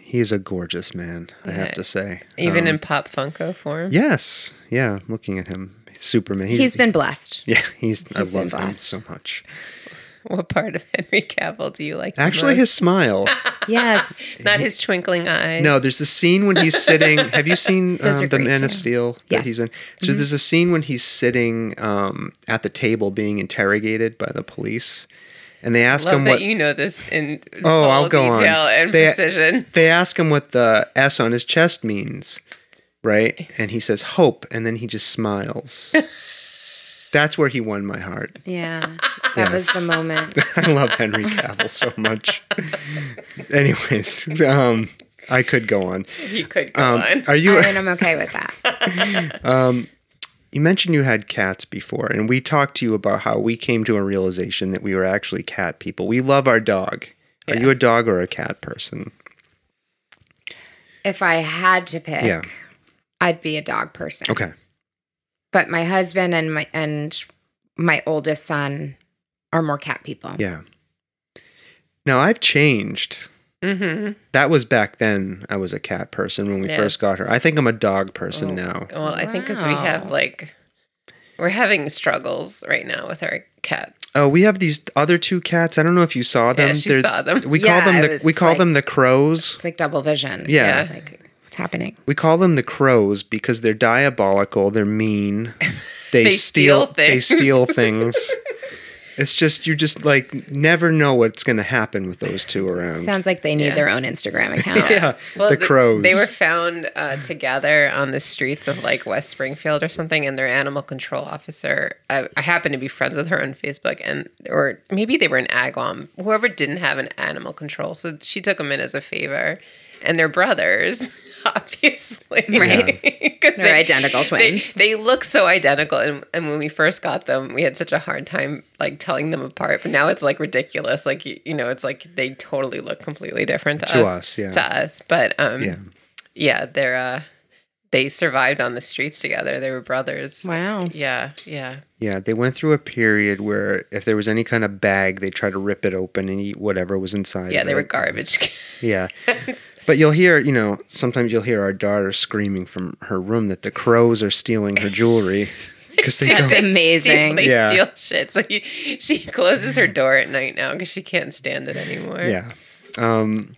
A: He is a gorgeous man, I have to say.
B: Even
A: Um,
B: in pop Funko form.
A: Yes. Yeah, I'm looking at him. Superman.
E: he's been blessed.
A: Yeah, he's,
E: He's
A: I
E: been
A: love him
E: blessed.
A: so much.
B: What part of Henry Cavill do you like? the
A: Actually,
B: most?
A: his smile.
E: Yes.
B: not his twinkling eyes.
A: No, there's a scene when he's sitting. Have you seen um,
E: Those are
A: the
E: great,
A: Man of
E: too.
A: Steel that
E: Yes. Mm-hmm.
A: he's in? So there's a scene when he's sitting um, at the table being interrogated by the police, and they ask
B: Love
A: him
B: that
A: what.
B: you know this in
A: oh,
B: full
A: I'll go on.
B: detail and
A: they,
B: precision.
A: They ask him what the S on his chest means, right? And he says hope, and then he just smiles. That's where he won my heart.
E: Yeah. That was the moment.
A: I love Henry Cavill so much. Anyways, um, I could go on.
B: You could go
A: Um,
B: on.
A: are you?
E: I mean, I'm okay with that.
A: You mentioned you had cats before, and we talked to you about how we came to a realization that we were actually cat people. We love our dog. Are you a dog or a cat person?
E: If I had to pick,
A: Yeah.
E: I'd be a dog person.
A: Okay.
E: But my husband and my and my oldest son are more cat people.
A: Yeah. Now I've changed.
B: mm-hmm.
A: That was back then. I was a cat person when we
B: Yeah. Oh,
A: first got her. I think I'm a dog person now.
B: Well, I think because we have
E: Wow.
B: like we're having struggles right now with our cat.
A: Oh, we have these other two cats. I don't know if you saw them.
B: Yeah, she
A: They're-
B: saw them.
A: We
E: Yeah,
A: call them
E: it
A: the
E: was
A: we call
E: like-
A: them the crows.
E: It's like double vision.
A: Yeah.
E: It's like what's happening?
A: We call them the crows because they're diabolical. They're mean. They,
B: They
A: steal.
B: steal
A: They
B: things.
A: steal things. it's just you just like never know what's going to happen with those two around.
E: Sounds like they need their own Instagram account.
A: yeah, the
B: th-
A: crows.
B: They were found uh, together on the streets of like West Springfield or something, and their animal control officer. I, I happened to be friends with her on Facebook, and or maybe they were in Agawam. Whoever didn't have an animal control, so she took them in as a favor. And they're brothers, obviously, right? Because
E: They're identical twins.
B: They, look so identical, and, and when we first got them, we had such a hard time like telling them apart. But now it's like ridiculous. Like you, you know, it's like they totally look completely different to,
A: To us, yeah.
B: to us. But um,
A: Yeah.
B: yeah, they're uh, they survived on the streets together. They were brothers.
E: Wow.
B: Yeah, yeah,
A: yeah, they went through a period where if there was any kind of bag, they tried to rip it open and eat whatever was inside.
B: yeah.
A: of
B: They were
A: it.
B: garbage.
A: Yeah. but you'll hear, you know, sometimes you'll hear our daughter screaming from her room that the crows are stealing her jewelry because they
E: That's
A: don't.
B: They steal-
E: amazing.
B: they
A: Yeah.
B: steal shit. So you, she closes her door at night now because she can't stand it anymore.
A: Yeah. Um,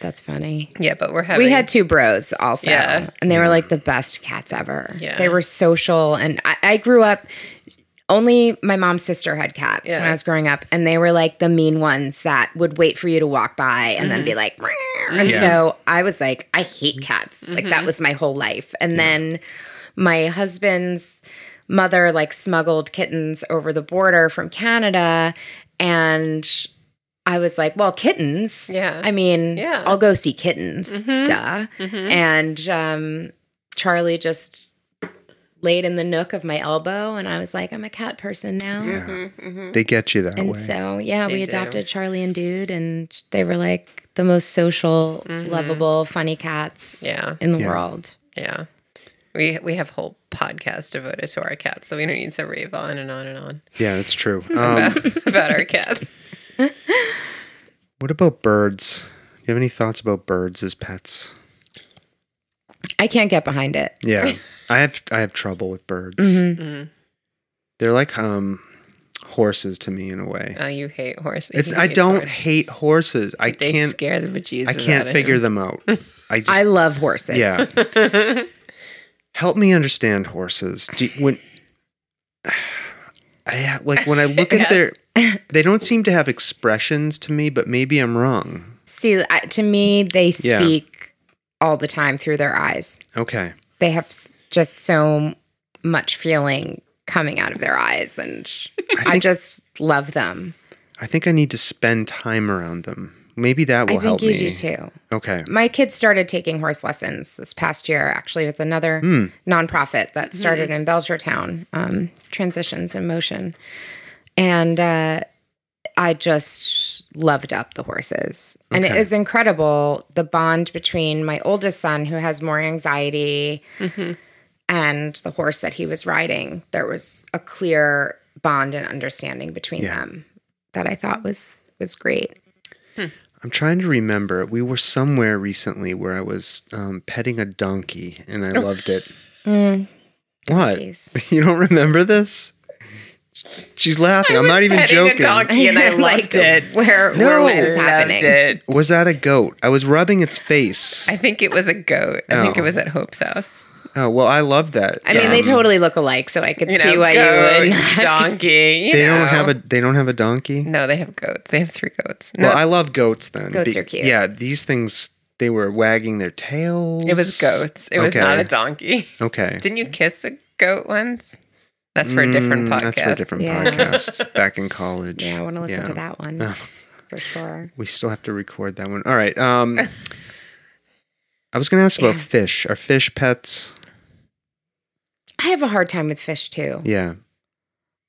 E: That's funny.
B: yeah. But we're having
E: We had two bros also,
B: Yeah.
E: and they were like the best cats ever.
B: Yeah.
E: They were social, and I, I grew up. Only my mom's sister had cats when I
B: Yeah.
E: was growing up, and they were like the mean ones that would wait for you to walk by and
B: Mm-hmm.
E: then be like, "Meow." and
A: Yeah.
E: so I was like, I hate cats. Like
B: Mm-hmm.
E: that was my whole life. And then my husband's mother like smuggled kittens over the border from Canada, and I was like, well, kittens.
B: Yeah.
E: I mean,
B: Yeah. Mm-hmm.
E: I'll go see kittens. Duh. And um, Charlie just laid in the nook of my elbow, and I was like, I'm a cat person
B: Mm-hmm,
E: now.
A: Yeah. They get you that
E: And
A: way.
E: so, yeah,
B: They
E: we
B: do.
E: adopted Charlie and Dude, and they were like the most social, lovable, funny cats
B: Mm-hmm. Yeah.
E: in the
A: Yeah.
E: world.
B: Yeah. We we have whole podcasts devoted to our cats, so we don't need to rave on and on and on
A: yeah, that's true. Um,
B: about our cats.
A: what about birds? Do you have any thoughts about birds as pets?
E: I can't get behind it. Mm-hmm.
A: Yeah, I have. I have trouble with birds.
B: Mm-hmm. Mm.
A: They're like um, horses to me in a way.
B: Oh, you hate horses.
A: It's.
B: You
A: I
B: hate
A: don't
B: horses.
A: hate horses. I
B: They
A: can't.
B: scare the bejesus.
A: I can't
B: out of
A: figure
B: him.
A: them out. I just.
E: I love horses.
A: yeah. Help me understand horses. Do you, when I ha- like when I look at their, they don't seem to have expressions to me. But maybe I'm wrong.
E: See, I, to me, they
A: Yeah.
E: speak all the time through their eyes.
A: Okay.
E: they have s- just so much feeling coming out of their eyes and I,
A: think-
E: just love them.
A: I think I need to spend time around them. Maybe that will
E: I
A: help
E: think you
A: me.
E: do too.
A: Okay.
E: My kids started taking horse lessons this past year actually with another
A: Hmm.
E: nonprofit that started in Belchertown, um, Transitions in Motion. And uh I just loved up the horses. And it
A: Okay.
E: is incredible the bond between my oldest son, who has more anxiety, and the horse that he was riding. There was a clear bond and understanding between
A: Yeah.
E: them that I thought was was great.
A: I'm trying to remember. We were somewhere recently where I was um, petting a donkey
E: Oh.
A: and
E: Mm.
A: I loved it. what?
E: Jeez.
A: You don't remember this? She's laughing. I'm not even
B: Petting a
A: joking.
B: donkey and I
E: Like,
B: liked it.
E: Where,
A: No.
E: where was this
A: Loved
E: happening?
B: It.
A: Was that a goat? I was rubbing its face.
B: I think it was a goat. I think
A: Oh.
B: it was at Hope's house.
A: oh well, I love that.
E: I mean, they totally look alike, so I could
B: You know,
E: see why
B: goat,
E: you would.
B: donkey. you
A: They
B: know.
A: don't have a. They don't have a donkey.
B: No, they have goats. They have three goats. No,
A: Well, I love goats then.
E: Goats are cute.
A: Yeah, these things they were wagging their tails.
B: it was goats. It was
A: Okay,
B: not a donkey.
A: Okay.
B: Didn't you kiss a goat once? That's for a different
A: Mm,
B: podcast.
A: That's for a different
E: Yeah.
A: podcast. Back in college.
E: Yeah, I want to listen
A: Yeah.
E: to that one for sure.
A: We still have to record that one. All right. Um, I was going to ask about fish. Are fish pets?
E: I have a hard time with fish too.
A: Yeah. Mm-hmm.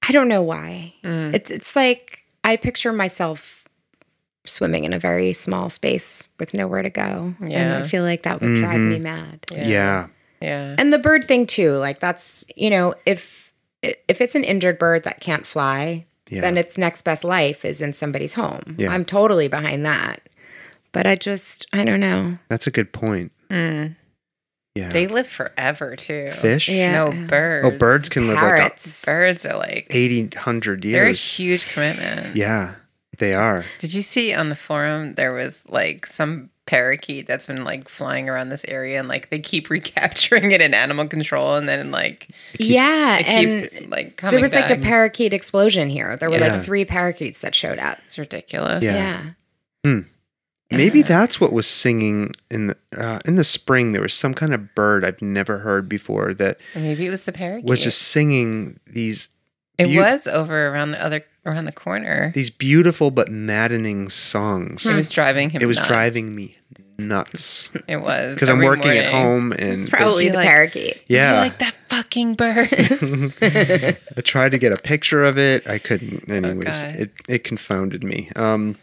E: I don't know why.
B: Mm.
E: It's it's like I picture myself swimming in a very small space with nowhere to go, and I
B: Yeah.
E: feel like that would drive me mad.
A: Mm-hmm. Yeah.
B: Yeah.
E: And the bird thing too, like that's you know if if it's an injured bird that can't fly,
A: Yeah.
E: then its next best life is in somebody's home.
A: Yeah.
E: I'm totally behind that. But I just I don't know.
A: That's a good point.
B: Mm.
A: Yeah.
B: They live forever too.
A: fish?
E: Yeah.
B: No birds.
A: Oh, birds can live like a-
E: Parrots.
B: Birds are like
A: 80, 100
B: they're a
A: years.
B: huge commitment.
A: Yeah. They are.
B: Did you see on the forum there was like some parakeet that's been like flying around this area and like they keep recapturing it in animal control and then like
E: yeah,
B: it
E: Uh, and
B: keeps like coming
E: there was like a
B: back.
E: parakeet explosion here. There were
A: Yeah.
E: like three parakeets that showed up.
B: It's ridiculous.
A: Yeah. Hmm.
E: Yeah.
A: Maybe that's what was singing in the uh, in the spring. There was some kind of bird I've never heard before that
B: Maybe it was the parakeet.
A: was just singing these
B: it
A: you-
B: was over around the other around the corner.
A: these beautiful but maddening songs.
B: It was driving him.
A: It was
B: nuts.
A: driving me nuts
B: It was
A: because I'm
B: every
A: working at
B: morning.
A: home and
E: It's probably
B: you
E: the
B: like-
E: parakeet.
A: yeah.
B: You're like that fucking bird.
A: I tried to get a picture of it. I couldn't. Anyways,
B: Oh, God.
A: it it confounded me. Um,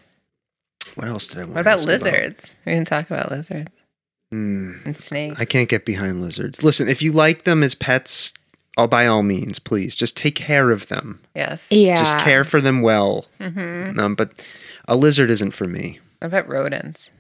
A: what else did I want?
B: what
A: to
B: about
A: ask
B: lizards? We didn't talk about lizards
A: Hmm.
B: and snakes.
A: I can't get behind lizards. Listen, if you like them as pets, oh, by all means, please just take care of them.
B: yes.
E: Yeah.
A: Just care for them well.
B: Mm-hmm.
A: Um, but a lizard isn't for me.
B: What about rodents?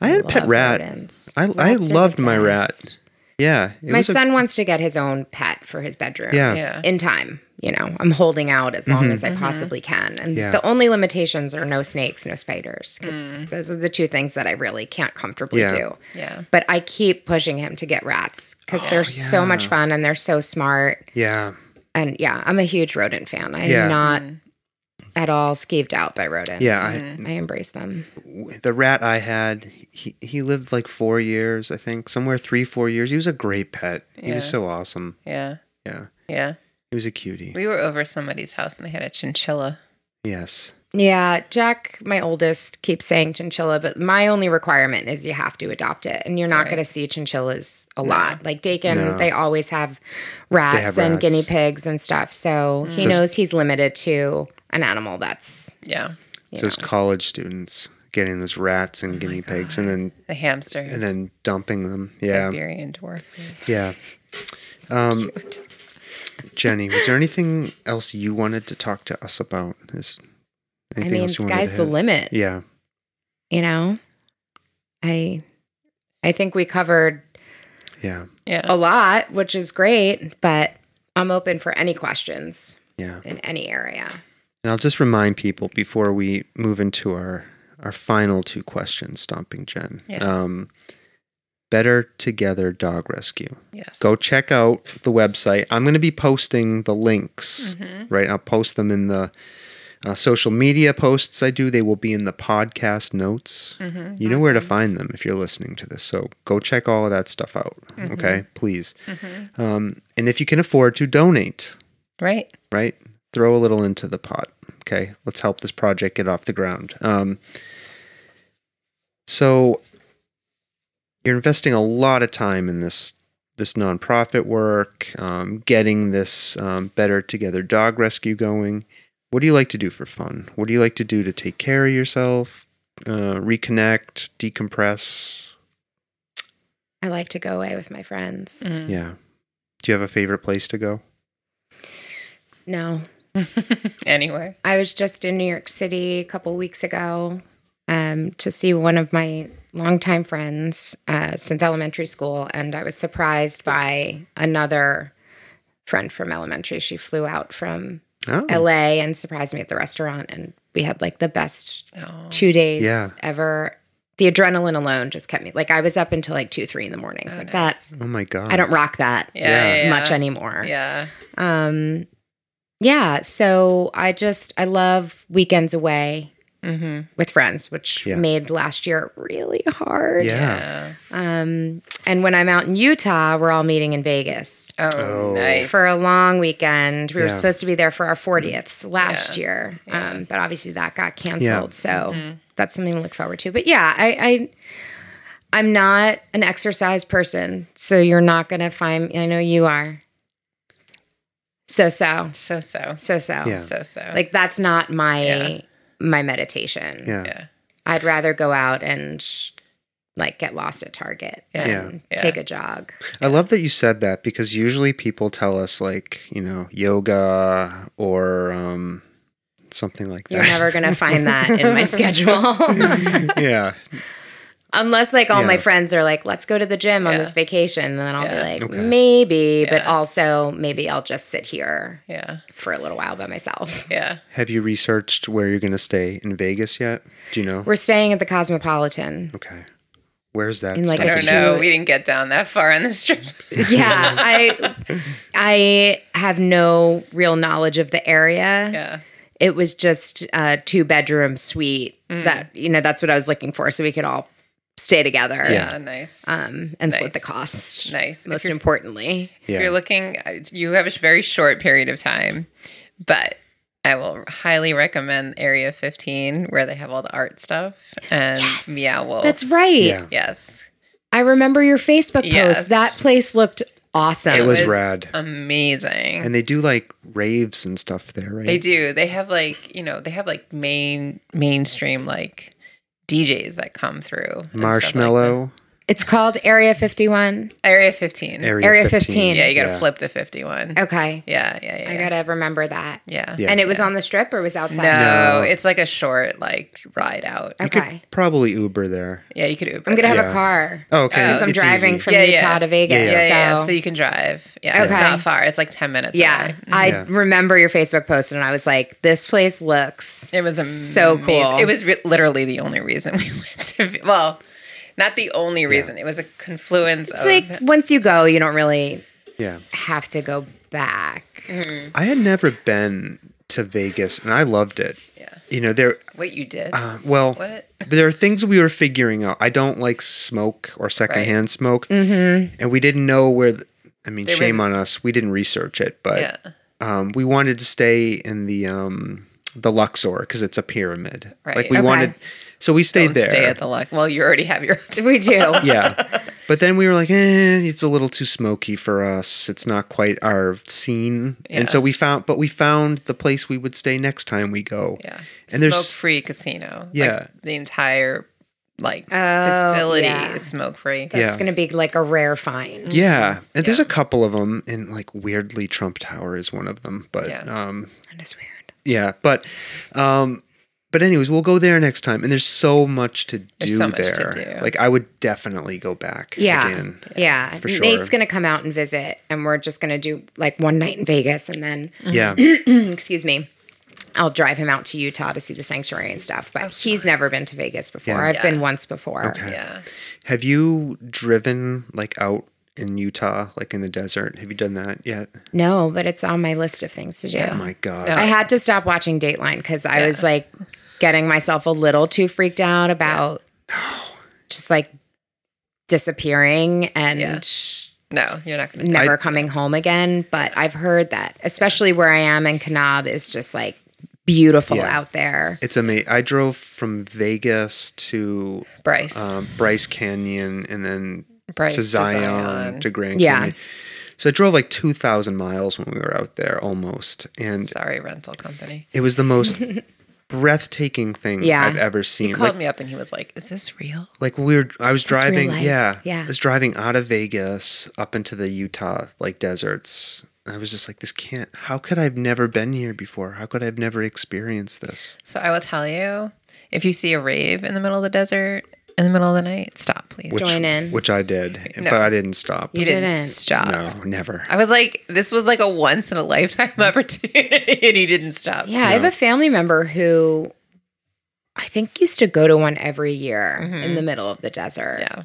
A: I had a pet
E: Love
A: rat.
E: rodents.
A: I I
E: Rats are the
A: loved my
E: best.
A: rat. Yeah, it
E: My
A: was a-
E: son wants to get his own pet for his bedroom.
A: yeah. Mm-hmm.
B: Yeah. Mm-hmm.
E: In time, you know, I'm holding out as long as I possibly can. And
A: Yeah.
E: the only limitations are no snakes, no spiders, because
B: Mm.
E: those are the two things that I really can't comfortably
A: Yeah.
E: do.
B: Yeah.
E: But I keep pushing him to get rats
A: Oh,
E: because they're so much fun and they're so smart.
A: yeah.
E: And yeah, I'm a huge rodent fan. I'm
A: Yeah.
B: Mm.
E: not
B: Hmm,
E: at all skeeved out by rodents.
A: Yeah, I-
E: I, embrace them.
A: the rat I had, he, he lived like four years, I think, somewhere three, four years. He was a great pet. He
B: Yeah.
A: was so awesome.
B: Yeah.
A: Yeah.
B: Yeah.
A: He was a cutie.
B: We were over somebody's house and they had a chinchilla.
A: Yes.
E: Yeah, Jack, my oldest, keeps saying chinchilla, but my only requirement is you have to adopt it. And you're not
B: Right.
E: going to see chinchillas a lot. Like Dakin,
A: No.
E: they always have rats,
A: have
E: and
A: rats.
E: guinea pigs and stuff. So he
A: So-
E: knows he's limited to an animal that's.
B: Yeah.
A: So it's college students getting those rats and
E: Oh
A: guinea pigs and then
B: The hamster.
A: and then dumping them. Yeah.
B: Siberian dwarf.
A: Yeah. Um, Jenny, was there anything else you wanted to talk to us about? Is
E: I
A: anything
E: mean,
A: else you wanted to
E: sky's the
A: hit?
E: limit.
A: Yeah.
E: You know, I, I think we covered
A: Yeah.
B: Yeah.
E: a lot, which is great. But I'm open for any questions
A: Yeah.
E: in any area.
A: And I'll just remind people before we move into our our final two questions, Stomping Jen.
B: Yes.
A: Um, Better Together Dog Rescue.
B: Yes.
A: Go check out the website. I'm going to be posting the links,
B: Mm-hmm,
A: right? I'll post them in the uh, social media posts I do. They will be in the podcast notes.
B: mm-hmm,
A: You know where to find them if you're listening to this. So go check all of that stuff out, okay? Please.
B: mm-hmm.
A: Um, and if you can afford to, donate
B: Right.
A: right? Throw a little into the pot. Okay, let's help this project get off the ground. Um, so you're investing a lot of time in this this nonprofit work, um, getting this um, better together dog rescue going. What do you like to do for fun? What do you like to do to take care of yourself, uh, reconnect, decompress?
E: I like to go away with my friends.
B: Mm.
A: Yeah. Do you have a favorite place to go?
E: No,
B: Anywhere.
E: I was just in New York City a couple weeks ago um, to see one of my longtime friends uh, since elementary school, and I was surprised by another friend from elementary. She flew out from
A: Oh.
E: LA and surprised me at the restaurant. And we had like the best
B: Oh.
E: two days
A: Yeah.
E: ever. The adrenaline alone just kept me like I was up until like two, three in the morning. like that.
A: Oh my god.
E: I don't rock that
A: Yeah.
B: Yeah, yeah, yeah.
E: much anymore.
B: Yeah.
E: Um yeah, so I just I love weekends away
B: Mm-hmm.
E: with friends, which
A: Yeah.
E: made last year really hard.
A: Yeah.
B: Yeah.
E: Um and when I'm out in Utah, we're all meeting in Vegas
B: Oh,
A: Oh.
B: nice.
E: for a long weekend. We were
A: Yeah.
E: supposed to be there for our 40th last
B: Yeah.
E: year.
B: Yeah. Mm-hmm.
E: Um but obviously that got canceled.
A: Yeah.
E: So that's something to look forward to. But yeah, I I I'm not an exercise person, so you're not going to find I know you are. So so.
B: so so.
E: So so.
A: Yeah.
B: So so.
E: Like that's not my
B: Yeah.
E: my meditation.
A: Yeah.
B: yeah.
E: I'd rather go out and like get lost at Target
B: Yeah.
E: and
B: Yeah.
E: take a jog.
A: I love that you said that because usually people tell us like, you know, yoga or um something like
E: You're
A: that.
E: never gonna find that in my schedule.
A: yeah.
E: Unless like all my
A: Yeah.
E: friends are like, let's go to the gym on
B: Yeah.
E: this vacation. And then I'll
B: Yeah.
E: be like,
A: Okay.
E: maybe, but
B: Yeah.
E: also maybe I'll just sit here
B: Yeah.
E: for a little while by myself.
B: Yeah.
A: Have you researched where you're going to stay in Vegas yet? Do you know?
E: We're staying at the Cosmopolitan.
A: okay. Where's that?
E: In, like,
B: I
E: a
A: stop?
B: don't
E: two-
B: know. We didn't get down that far on this trip.
E: Yeah. I I have no real knowledge of the area.
B: Yeah.
E: it was just a two bedroom suite
B: Mm.
E: that you know that's what i was looking for so we could all stay together
B: Yeah. Ah, nice.
E: um and split
B: Nice.
E: the cost
B: nice.
E: most
B: if, you're,
E: importantly
A: Yeah.
B: if you're looking, uh, you have a very short period of time, but I will highly recommend Area 15 where they have all the art stuff and
E: Yes.
B: Meow Wolf.
E: that's right
A: Yeah.
B: yes.
E: i remember your facebook
B: Yes.
E: post that place looked awesome
A: It was,
B: was-
A: rad.
B: Amazing.
A: and they do like raves and stuff there, right?
B: They do. They have like you know they have like main mainstream like DJs that come through. and stuff like
A: Marshmallow
E: it's called area 51
B: that. Area 15.
A: area,
E: Area
A: 15.
E: 15.
B: yeah, you got to
A: Yeah.
B: flip to 51.
E: okay
B: Yeah, yeah, yeah.
E: i gotta remember that
B: yeah.
A: Yeah.
E: and it was on the strip or was outside
B: No,
A: No.
B: it's like a short like ride out.
A: You could
E: okay
A: probably Uber there.
B: Yeah, you could Uber.
E: i'm gonna have
A: Yeah.
E: a car
A: Oh, okay.
E: because i'm
A: It's
E: Uh, driving
A: easy.
E: from
B: Yeah, yeah.
E: utah to vegas
A: Yeah,
B: yeah, yeah, yeah.
E: so
B: So you can drive. Yeah, it's
E: Okay.
B: not far. It's like ten minutes.
E: Yeah,
B: away.
E: I
A: Yeah.
E: remember your Facebook post, and I was like, "This place looks."
B: It was
E: So
B: amazing.
E: cool.
B: It was re- literally the only reason we went to. Well, not the only reason. It was a confluence
E: It's
B: of
E: like once you go, you don't really
A: Yeah.
E: have to go back.
A: I had never been to Vegas and I loved it.
B: Yeah.
A: You know, there
B: what you did.
A: Uh, well,
B: What?
A: there are things we were figuring out. I don't like smoke or secondhand smoke, and we didn't know where. The, I mean,
B: Mm-hmm. There
A: shame
B: was-
A: on us. We didn't research it, but
B: yeah.
A: um, we wanted to stay in the um, the Luxor because it's a pyramid. Like
B: Right.
A: we
E: Okay.
A: wanted, so we stayed
B: Don't
A: there.
B: Stay at the luck. Well, you already have your.
E: We do.
A: yeah, but then we were like, eh, it's a little too smoky for us. It's not quite our scene,
B: Yeah.
A: and so we found. But we found the place we would stay next time we go.
B: Yeah.
A: and
B: smoke
A: there's
B: free casino.
A: Yeah.
B: Like the entire like
E: Oh,
B: facility
E: yeah.
B: is smoke free.
E: That's
A: Yeah.
E: gonna be like a rare
B: Mm.
E: find.
A: Yeah, and there's
B: Mm-hmm. Yeah.
A: a couple of them, and like weirdly, Trump Tower is one of them. But
B: Yeah.
A: um,
E: That is weird.
A: yeah, but um, but anyways, we'll go there next time. And there's so much to do
B: There's so much
A: there.
B: to do.
A: Like I would definitely go back.
E: Yeah,
A: again.
E: yeah.
A: For
E: Nate's
A: sure.
E: gonna come out and visit, and we're just gonna do like one night in Vegas, and then
B: Mm-hmm.
A: yeah,
E: excuse me. I'll drive him out to Utah to see the sanctuary and stuff,
B: Oh,
E: but he's never been to Vegas before.
A: Yeah.
E: I've
B: Yeah.
E: been once before.
A: Okay.
B: Yeah.
A: Have you driven like out in Utah, like in the desert? Have you done that yet?
E: No, but it's on my list of things to do.
A: Oh my god.
B: No.
E: I had to stop watching Dateline because I was like getting myself a little too freaked out about just like disappearing and
B: Yeah. No, you're not gonna
E: never coming home again. But I've heard that, especially where I am in Kanab, is just like beautiful
A: Yeah.
E: out there.
A: It's amazing. I drove from Vegas to
B: Bryce.
A: um, Bryce Canyon and then
B: Bryce
A: to Zion, to Grand
E: Yeah.
A: Canyon. So I drove like 2,000 miles when we were out there almost. And
B: Sorry, rental company.
A: it was the most breathtaking thing
E: Yeah.
A: I've ever
B: He
A: seen.
B: called
A: Like,
B: me up and he was like, "Is this real?"
A: like we were, I was
E: this real
A: driving.
E: life?
A: Yeah.
E: Yeah.
A: I was driving out of Vegas up into the Utah like deserts. I was just like, this can't, how could I have never been here before? How could I have never experienced this?
B: So I will tell you, if you see a rave in the middle of the desert in the middle of the night. Stop, please.
A: Which,
E: Join in.
A: which I did,
B: No.
A: but I didn't stop.
B: you didn't,
E: didn't.
B: stop.
A: No, never.
B: I was like, this was like a once in a lifetime opportunity, and he didn't stop.
E: Yeah, I have a family member who I think used to go to one every year in the middle of the desert.
B: Yeah.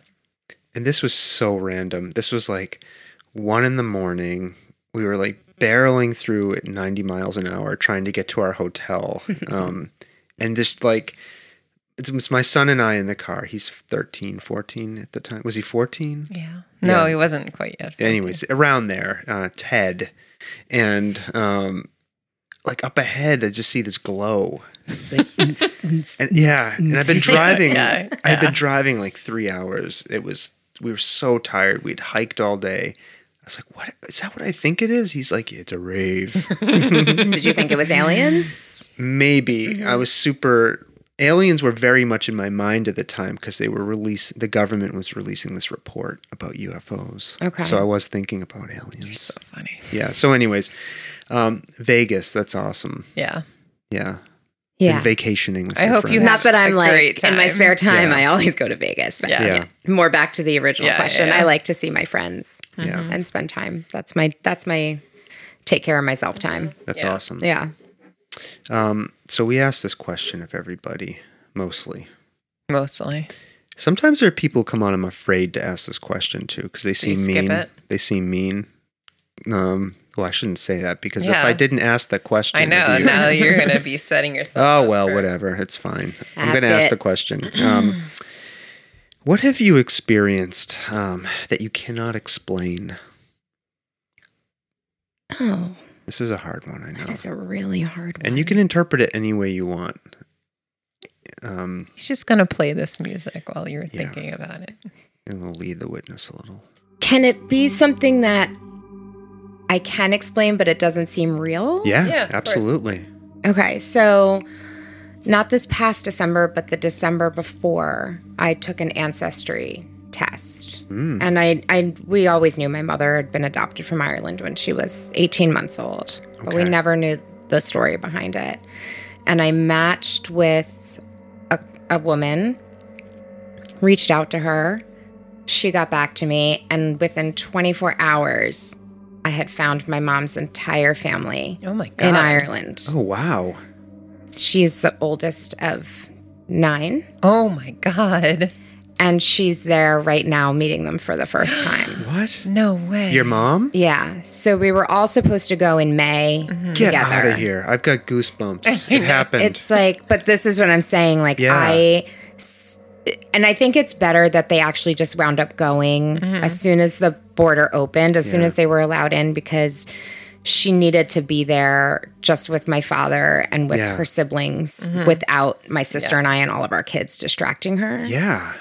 A: And this was so random. This was like one in the morning. We were like barreling through at 90 miles an hour trying to get to our hotel. Um, and just like, it's, it's my son and I in the car. He's 13, 14 at the time. Was he 14?
B: Yeah. No,
A: Yeah.
B: he wasn't quite yet.
A: anyways, around there, uh, Ted, and um, like up ahead, I just see this glow.
E: It's like,
A: And, yeah, and I've been driving.
B: Yeah,
A: I've been driving like three hours. It was we were so tired. We'd hiked all day. I was like, "What is that? What I think it is?" He's like, "It's a rave."
E: did you think it was aliens?
A: Maybe I was super. Aliens were very much in my mind at the time because they were release. The government was releasing this report about UFOs.
E: Okay.
A: So I was thinking about aliens.
B: So funny.
A: Yeah. So, anyways, um, Vegas. That's awesome.
B: Yeah.
A: Yeah. Been
E: Yeah.
A: vacationing. With
B: I
A: your
B: hope you
A: friends.
E: Not that I'm
B: A
E: like
B: great
E: in my
B: time.
E: spare time.
A: Yeah.
E: I always go to Vegas, but
B: Yeah.
A: Yeah.
E: more back to the original
B: Yeah, yeah,
E: question.
B: yeah. Mm-hmm.
E: I like to see my friends
A: Yeah.
E: and spend time. That's my that's my take care of myself time.
A: That's
B: Yeah.
A: awesome.
E: Yeah.
A: Um, So we asked this question of everybody, mostly.
B: Mostly.
A: Sometimes there are people who come on. I'm afraid to ask this question too because they seem
B: skip
A: mean.
B: it?
A: They seem mean. Um. Well, I shouldn't say that because if
B: Yeah.
A: I didn't ask that question,
B: I know.
A: it'd be-
B: Now you're going to be setting yourself
A: Oh
B: up
A: well,
B: for-
A: whatever. It's fine. I'm
E: Ask
A: going to ask
E: it.
A: the question. Um, what have you experienced um, that you cannot explain?
E: Oh,
A: This is a hard one. I know.
E: that's a really hard one.
A: and you can interpret it any way you want. Um,
B: He's just going to play this music while you're
A: Yeah.
B: thinking about it.
A: and we'll lead the witness a little.
E: Can it be something that I can explain, but it doesn't seem real?
A: Yeah,
B: Yeah, of course.
A: absolutely.
E: Okay, so not this past December, but the December before, I took an ancestry test.
B: Hmm.
E: And I, I we always knew my mother had been adopted from Ireland when she was 18 months old, but we
A: Okay.
E: never knew the story behind it. And I matched with a, a woman, reached out to her. She got back to me, and within 24 hours, I had found my mom's entire family
B: Oh my God.
E: in Ireland
A: Oh wow.
E: she's the oldest of nine
B: Oh my God.
E: and she's there right now meeting them for the first time
A: What?
B: No way.
A: Your mom?
E: yeah so we were all supposed to go in may
A: Get
E: together
A: out of here. I've got goosebumps. It happened.
E: it's like but this is what i'm saying like
A: Yeah.
E: i s- and i think it's better that they actually just wound up going as soon as the border opened as soon as they were allowed in because she needed to be there just with my father and with
A: Yeah.
E: her siblings without my sister and i and all of our kids distracting her
A: yeah.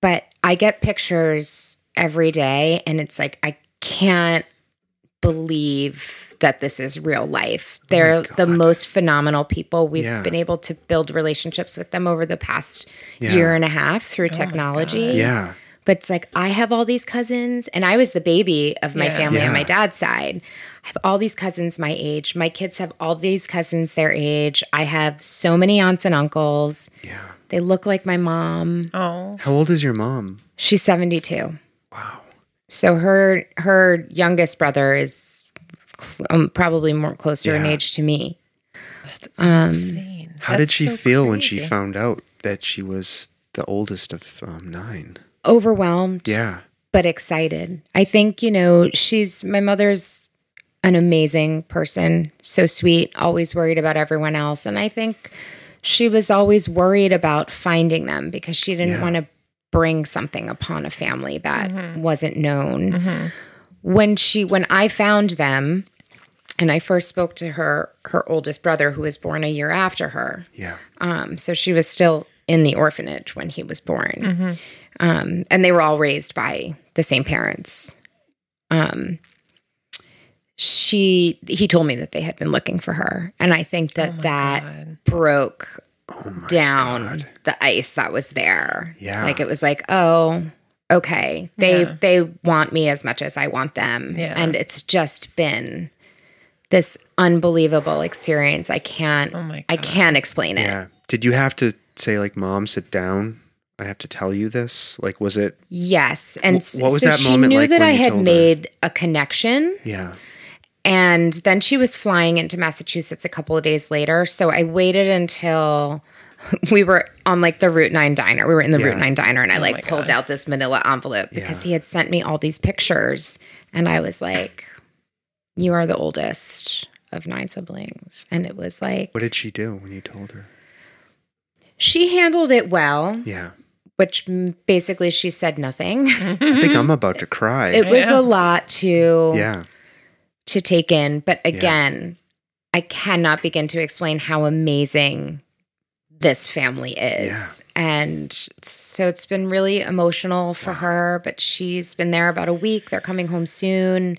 E: but I get pictures every day and it's like I can't believe that this is real life. They're the most phenomenal people. We've
A: Oh Yeah.
E: been able to build relationships with them over the past
A: Yeah.
E: year and a half through technology.
A: Yeah.
E: But it's like I have all these cousins and I was the baby of my
B: Yeah.
E: family on
A: Yeah.
E: my dad's side. I have all these cousins my age. My kids have all these cousins their age. I have so many aunts and uncles.
A: Yeah.
E: They look like my mom.
B: Oh.
A: How old is your mom?
E: She's 72.
A: Wow.
E: So her her youngest brother is cl- um, probably more closer in
A: Yeah.
E: age to me. Um,
B: Insane.
A: How did
B: That's
A: she
B: so
A: feel when she
B: crazy.
A: found out that she was the oldest of um, nine?
E: Overwhelmed,
A: Yeah.
E: but excited. I think you know she's my mother's an amazing person, so sweet, always worried about everyone else, and I think she was always worried about finding them because she didn't
A: Yeah.
E: want to bring something upon a family that wasn't known. When she when I found them and I first spoke to her her oldest brother who was born a year after her.
A: Yeah.
E: Um, so she was still in the orphanage when he was born. Um, and they were all raised by the same parents. Um, she he told me that they had been looking for her, and I think that that
B: Oh God.
E: broke
A: Oh
E: down the ice that was there.
A: Yeah.
E: like it was like, oh, okay, they they want me as much as I want them,
B: Yeah.
E: and it's just been this unbelievable experience. I can't,
B: Oh my
E: I can't explain it.
A: Yeah. Did you have to say like, "Mom, sit down"? I have to tell you this? Like, was it?
E: Yes. And
A: Wh- what was
E: so
A: that
E: she
A: moment
E: knew
A: like
E: that
A: when
E: I
A: you
E: had
A: told her?
E: made a connection.
A: Yeah.
E: And then she was flying into Massachusetts a couple of days later. So I waited until we were on like the Route 9 diner. We were in the Route 9 diner and I like pulled out this manila envelope because
A: Yeah.
E: he had sent me all these pictures. And I was like, You are the oldest of nine siblings. And it was like,
A: What did she do when you told her?
E: she handled it well,
A: Yeah.
E: which m- basically she said nothing.
A: I think I'm about to cry.
E: Mm-hmm. it was a lot to.
A: yeah.
E: to take in. But again, I cannot begin to explain how amazing this family is. And so it's been really emotional for her, but she's been there about a week. They're coming home soon.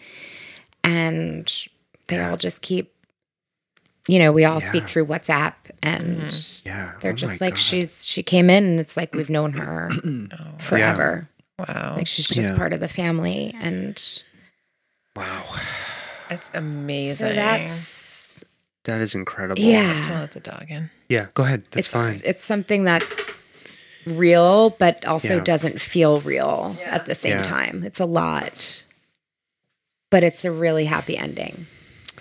E: And they all just keep, you know, we all speak
A: Yeah.
E: through WhatsApp and
A: Yeah.
E: they're
A: Oh
E: just
A: my
E: like,
A: God.
E: she's, she came in and it's like, we've known her forever.
B: Oh, Wow.
E: Like she's just
A: Yeah.
E: part of the family. And
A: Wow.
B: That's amazing.
E: so that's,
A: That is incredible.
E: yeah.
B: Just wanna let the dog in.
A: Yeah. Go ahead. That's
E: it's,
A: fine.
E: It's something that's real, but also
A: Yeah.
E: doesn't feel real at the same
A: Yeah.
E: time. It's a lot, but it's a really happy ending.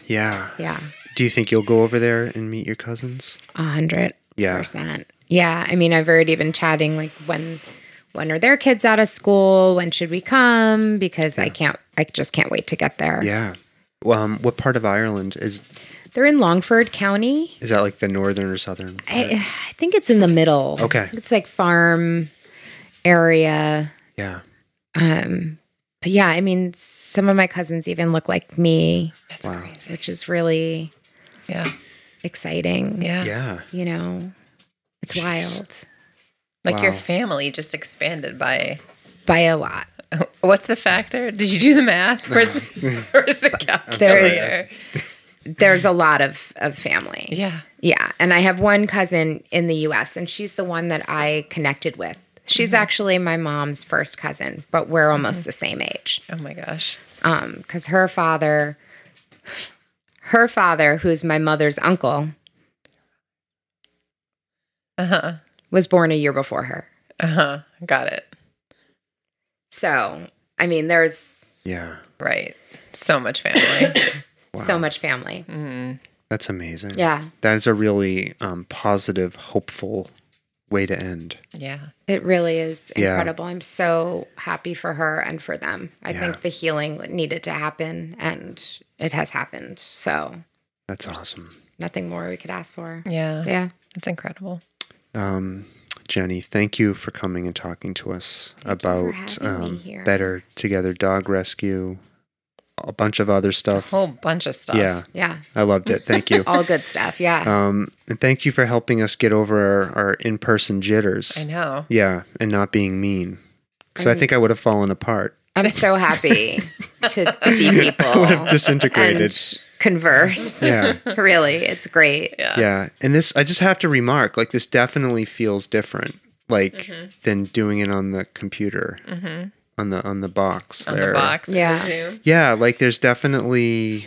A: yeah.
E: Yeah,
A: Do you think you'll go over there and meet your cousins?
E: a hundred
A: Yeah.
E: percent. Yeah, I mean, I've already been chatting like when when are their kids out of school? When should we come? Because I can't, I just can't wait to get there.
A: Yeah. Well, um, what part of Ireland is
E: They're in Longford County.
A: is that? Like the northern or southern?
E: I, I think it's in the middle.
A: Okay.
E: it's like farm area.
A: yeah.
E: Um, But yeah, I mean, some of my cousins even look like me,
B: That's crazy.
E: which is really
B: Yeah.
E: exciting.
B: Yeah.
A: Yeah.
E: You know, it's wild
B: Like your
A: Wow.
B: family just expanded by
E: by a lot.
B: what's the factor? Did you do the math? Where's the, where's the calculator?
E: There's there's a lot of of family.
B: yeah.
E: Yeah, and I have one cousin in the US and she's the one that I connected with. She's
B: Mm-hmm.
E: actually my mom's first cousin, but we're almost the same age.
B: Oh my gosh.
E: Um, cuz her father her father, who's my mother's uncle,
B: Uh huh.
E: was born a year before her.
B: Uh huh. Got it.
E: So, I mean, there's
A: Yeah.
B: Right. So much family. Mm-hmm.
E: so much family.
A: That's amazing.
E: Yeah,
A: That is a really um, positive, hopeful way to end.
B: yeah.
E: it really is
A: Yeah.
E: incredible. I'm so happy for her and for them. I
A: Yeah.
E: think the healing needed to happen and it has happened. So,
A: That's awesome.
E: nothing more we could ask for.
B: Yeah.
E: Yeah.
B: It's incredible.
A: Um, Jenny, thank you for coming and talking to us about
E: having me
A: um,
E: here.
A: Better Together Dog Rescue, a bunch of other
B: A
A: stuff.
B: whole bunch of stuff.
A: Yeah,
E: Yeah.
A: I loved it. Thank you.
E: All good stuff. Yeah.
A: um, and thank you for helping us get over our, our in person jitters.
B: I know.
A: Yeah, and not being mean. Because I think I would have fallen apart.
E: I'm so happy to see people
A: Disintegrated.
E: and converse.
A: yeah.
E: Really, it's great.
B: uh,
A: Yeah. And this, I just have to remark, like, this definitely feels different, like,
B: Mm-hmm.
A: than doing it on the computer, on the on the box
B: On
A: there.
B: the box. of the
E: Yeah.
B: Zoom.
A: Yeah, like there's definitely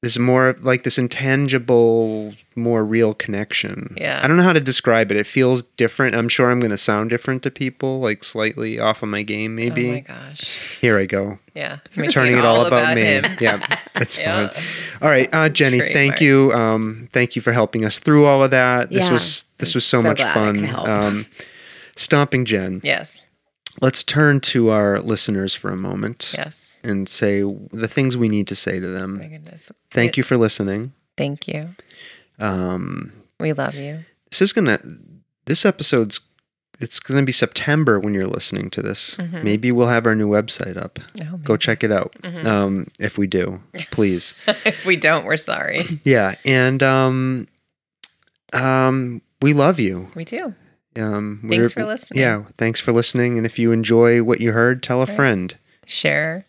A: there's more of, like this intangible, more real connection.
B: Yeah.
A: I don't know how to describe it. It feels different. I'm sure I'm going to sound different to people, like slightly off of my game, maybe.
B: Oh my gosh.
A: Here I go.
B: Yeah. Making
A: Turning it all, about, me. Yeah, that's
B: Yeah.
A: fine. All right, uh, Jenny,
B: Trademark.
A: thank you. Um, thank you for helping us through all of that. This
E: Yeah,
A: was this
E: I'm
A: was so,
E: so
A: much
E: glad I
A: fun.
E: could help.
A: Um, stomping Jen.
B: Yes.
A: Let's turn to our listeners for a moment
B: Yes.
A: and say the things we need to say to them.
B: My goodness.
A: Mm. Thank you for listening.
B: Thank you.
A: Um,
B: We love you.
A: this is gonna. This episode's. It's gonna be September when you're listening to this.
B: Mm-hmm.
A: Maybe we'll have our new website up.
B: Oh, Mm-hmm.
A: Go check it out. Um, if we do, please.
B: if we don't, we're sorry.
A: yeah, and um, um, we love you.
B: We do.
A: Um,
B: Thanks
A: we're-
B: for listening.
A: Yeah, thanks for listening. And if you enjoy what you heard, tell a friend.
B: Share.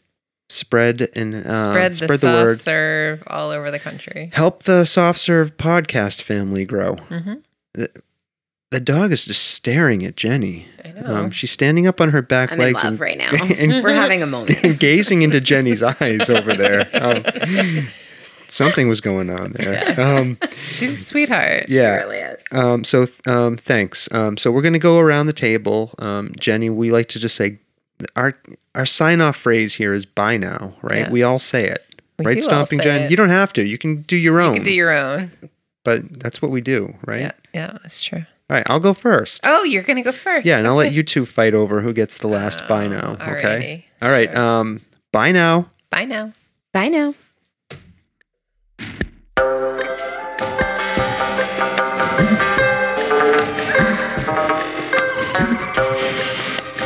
A: Spread and uh,
B: spread the,
A: spread the
B: soft
A: word.
B: serve all over the country.
A: help the soft serve podcast family grow.
B: Mm-hmm.
A: The, the dog is just staring at Jenny.
B: I know.
A: Um, she's standing up on her back
E: I'm in
A: legs
E: love
A: and,
E: right now.
A: and-
E: We're having a moment.
A: and gazing into Jenny's eyes over there. Um, something was going on there. Um,
B: She's a sweetheart.
A: yeah.
E: It really is.
A: Um, so th- um, thanks. Um, so we're going to go around the table. Um, Jenny, we like to just say our our sign off phrase here is "Bye now," right?
B: Yeah.
A: We all say it,
B: We
A: right?
B: do all
A: Stomping
B: say
A: Jen,
B: it.
A: you don't have to. You can do your own,
B: You can do your own.
A: but that's what we do, right?
B: Yeah, yeah, that's true.
A: All right, I'll go first.
B: Oh, you're gonna go first.
A: yeah, and I'll let you two fight over who gets the last
B: Oh,
A: "Bye now." Okay. All right. Um, bye now.
B: Bye now.
E: Bye now.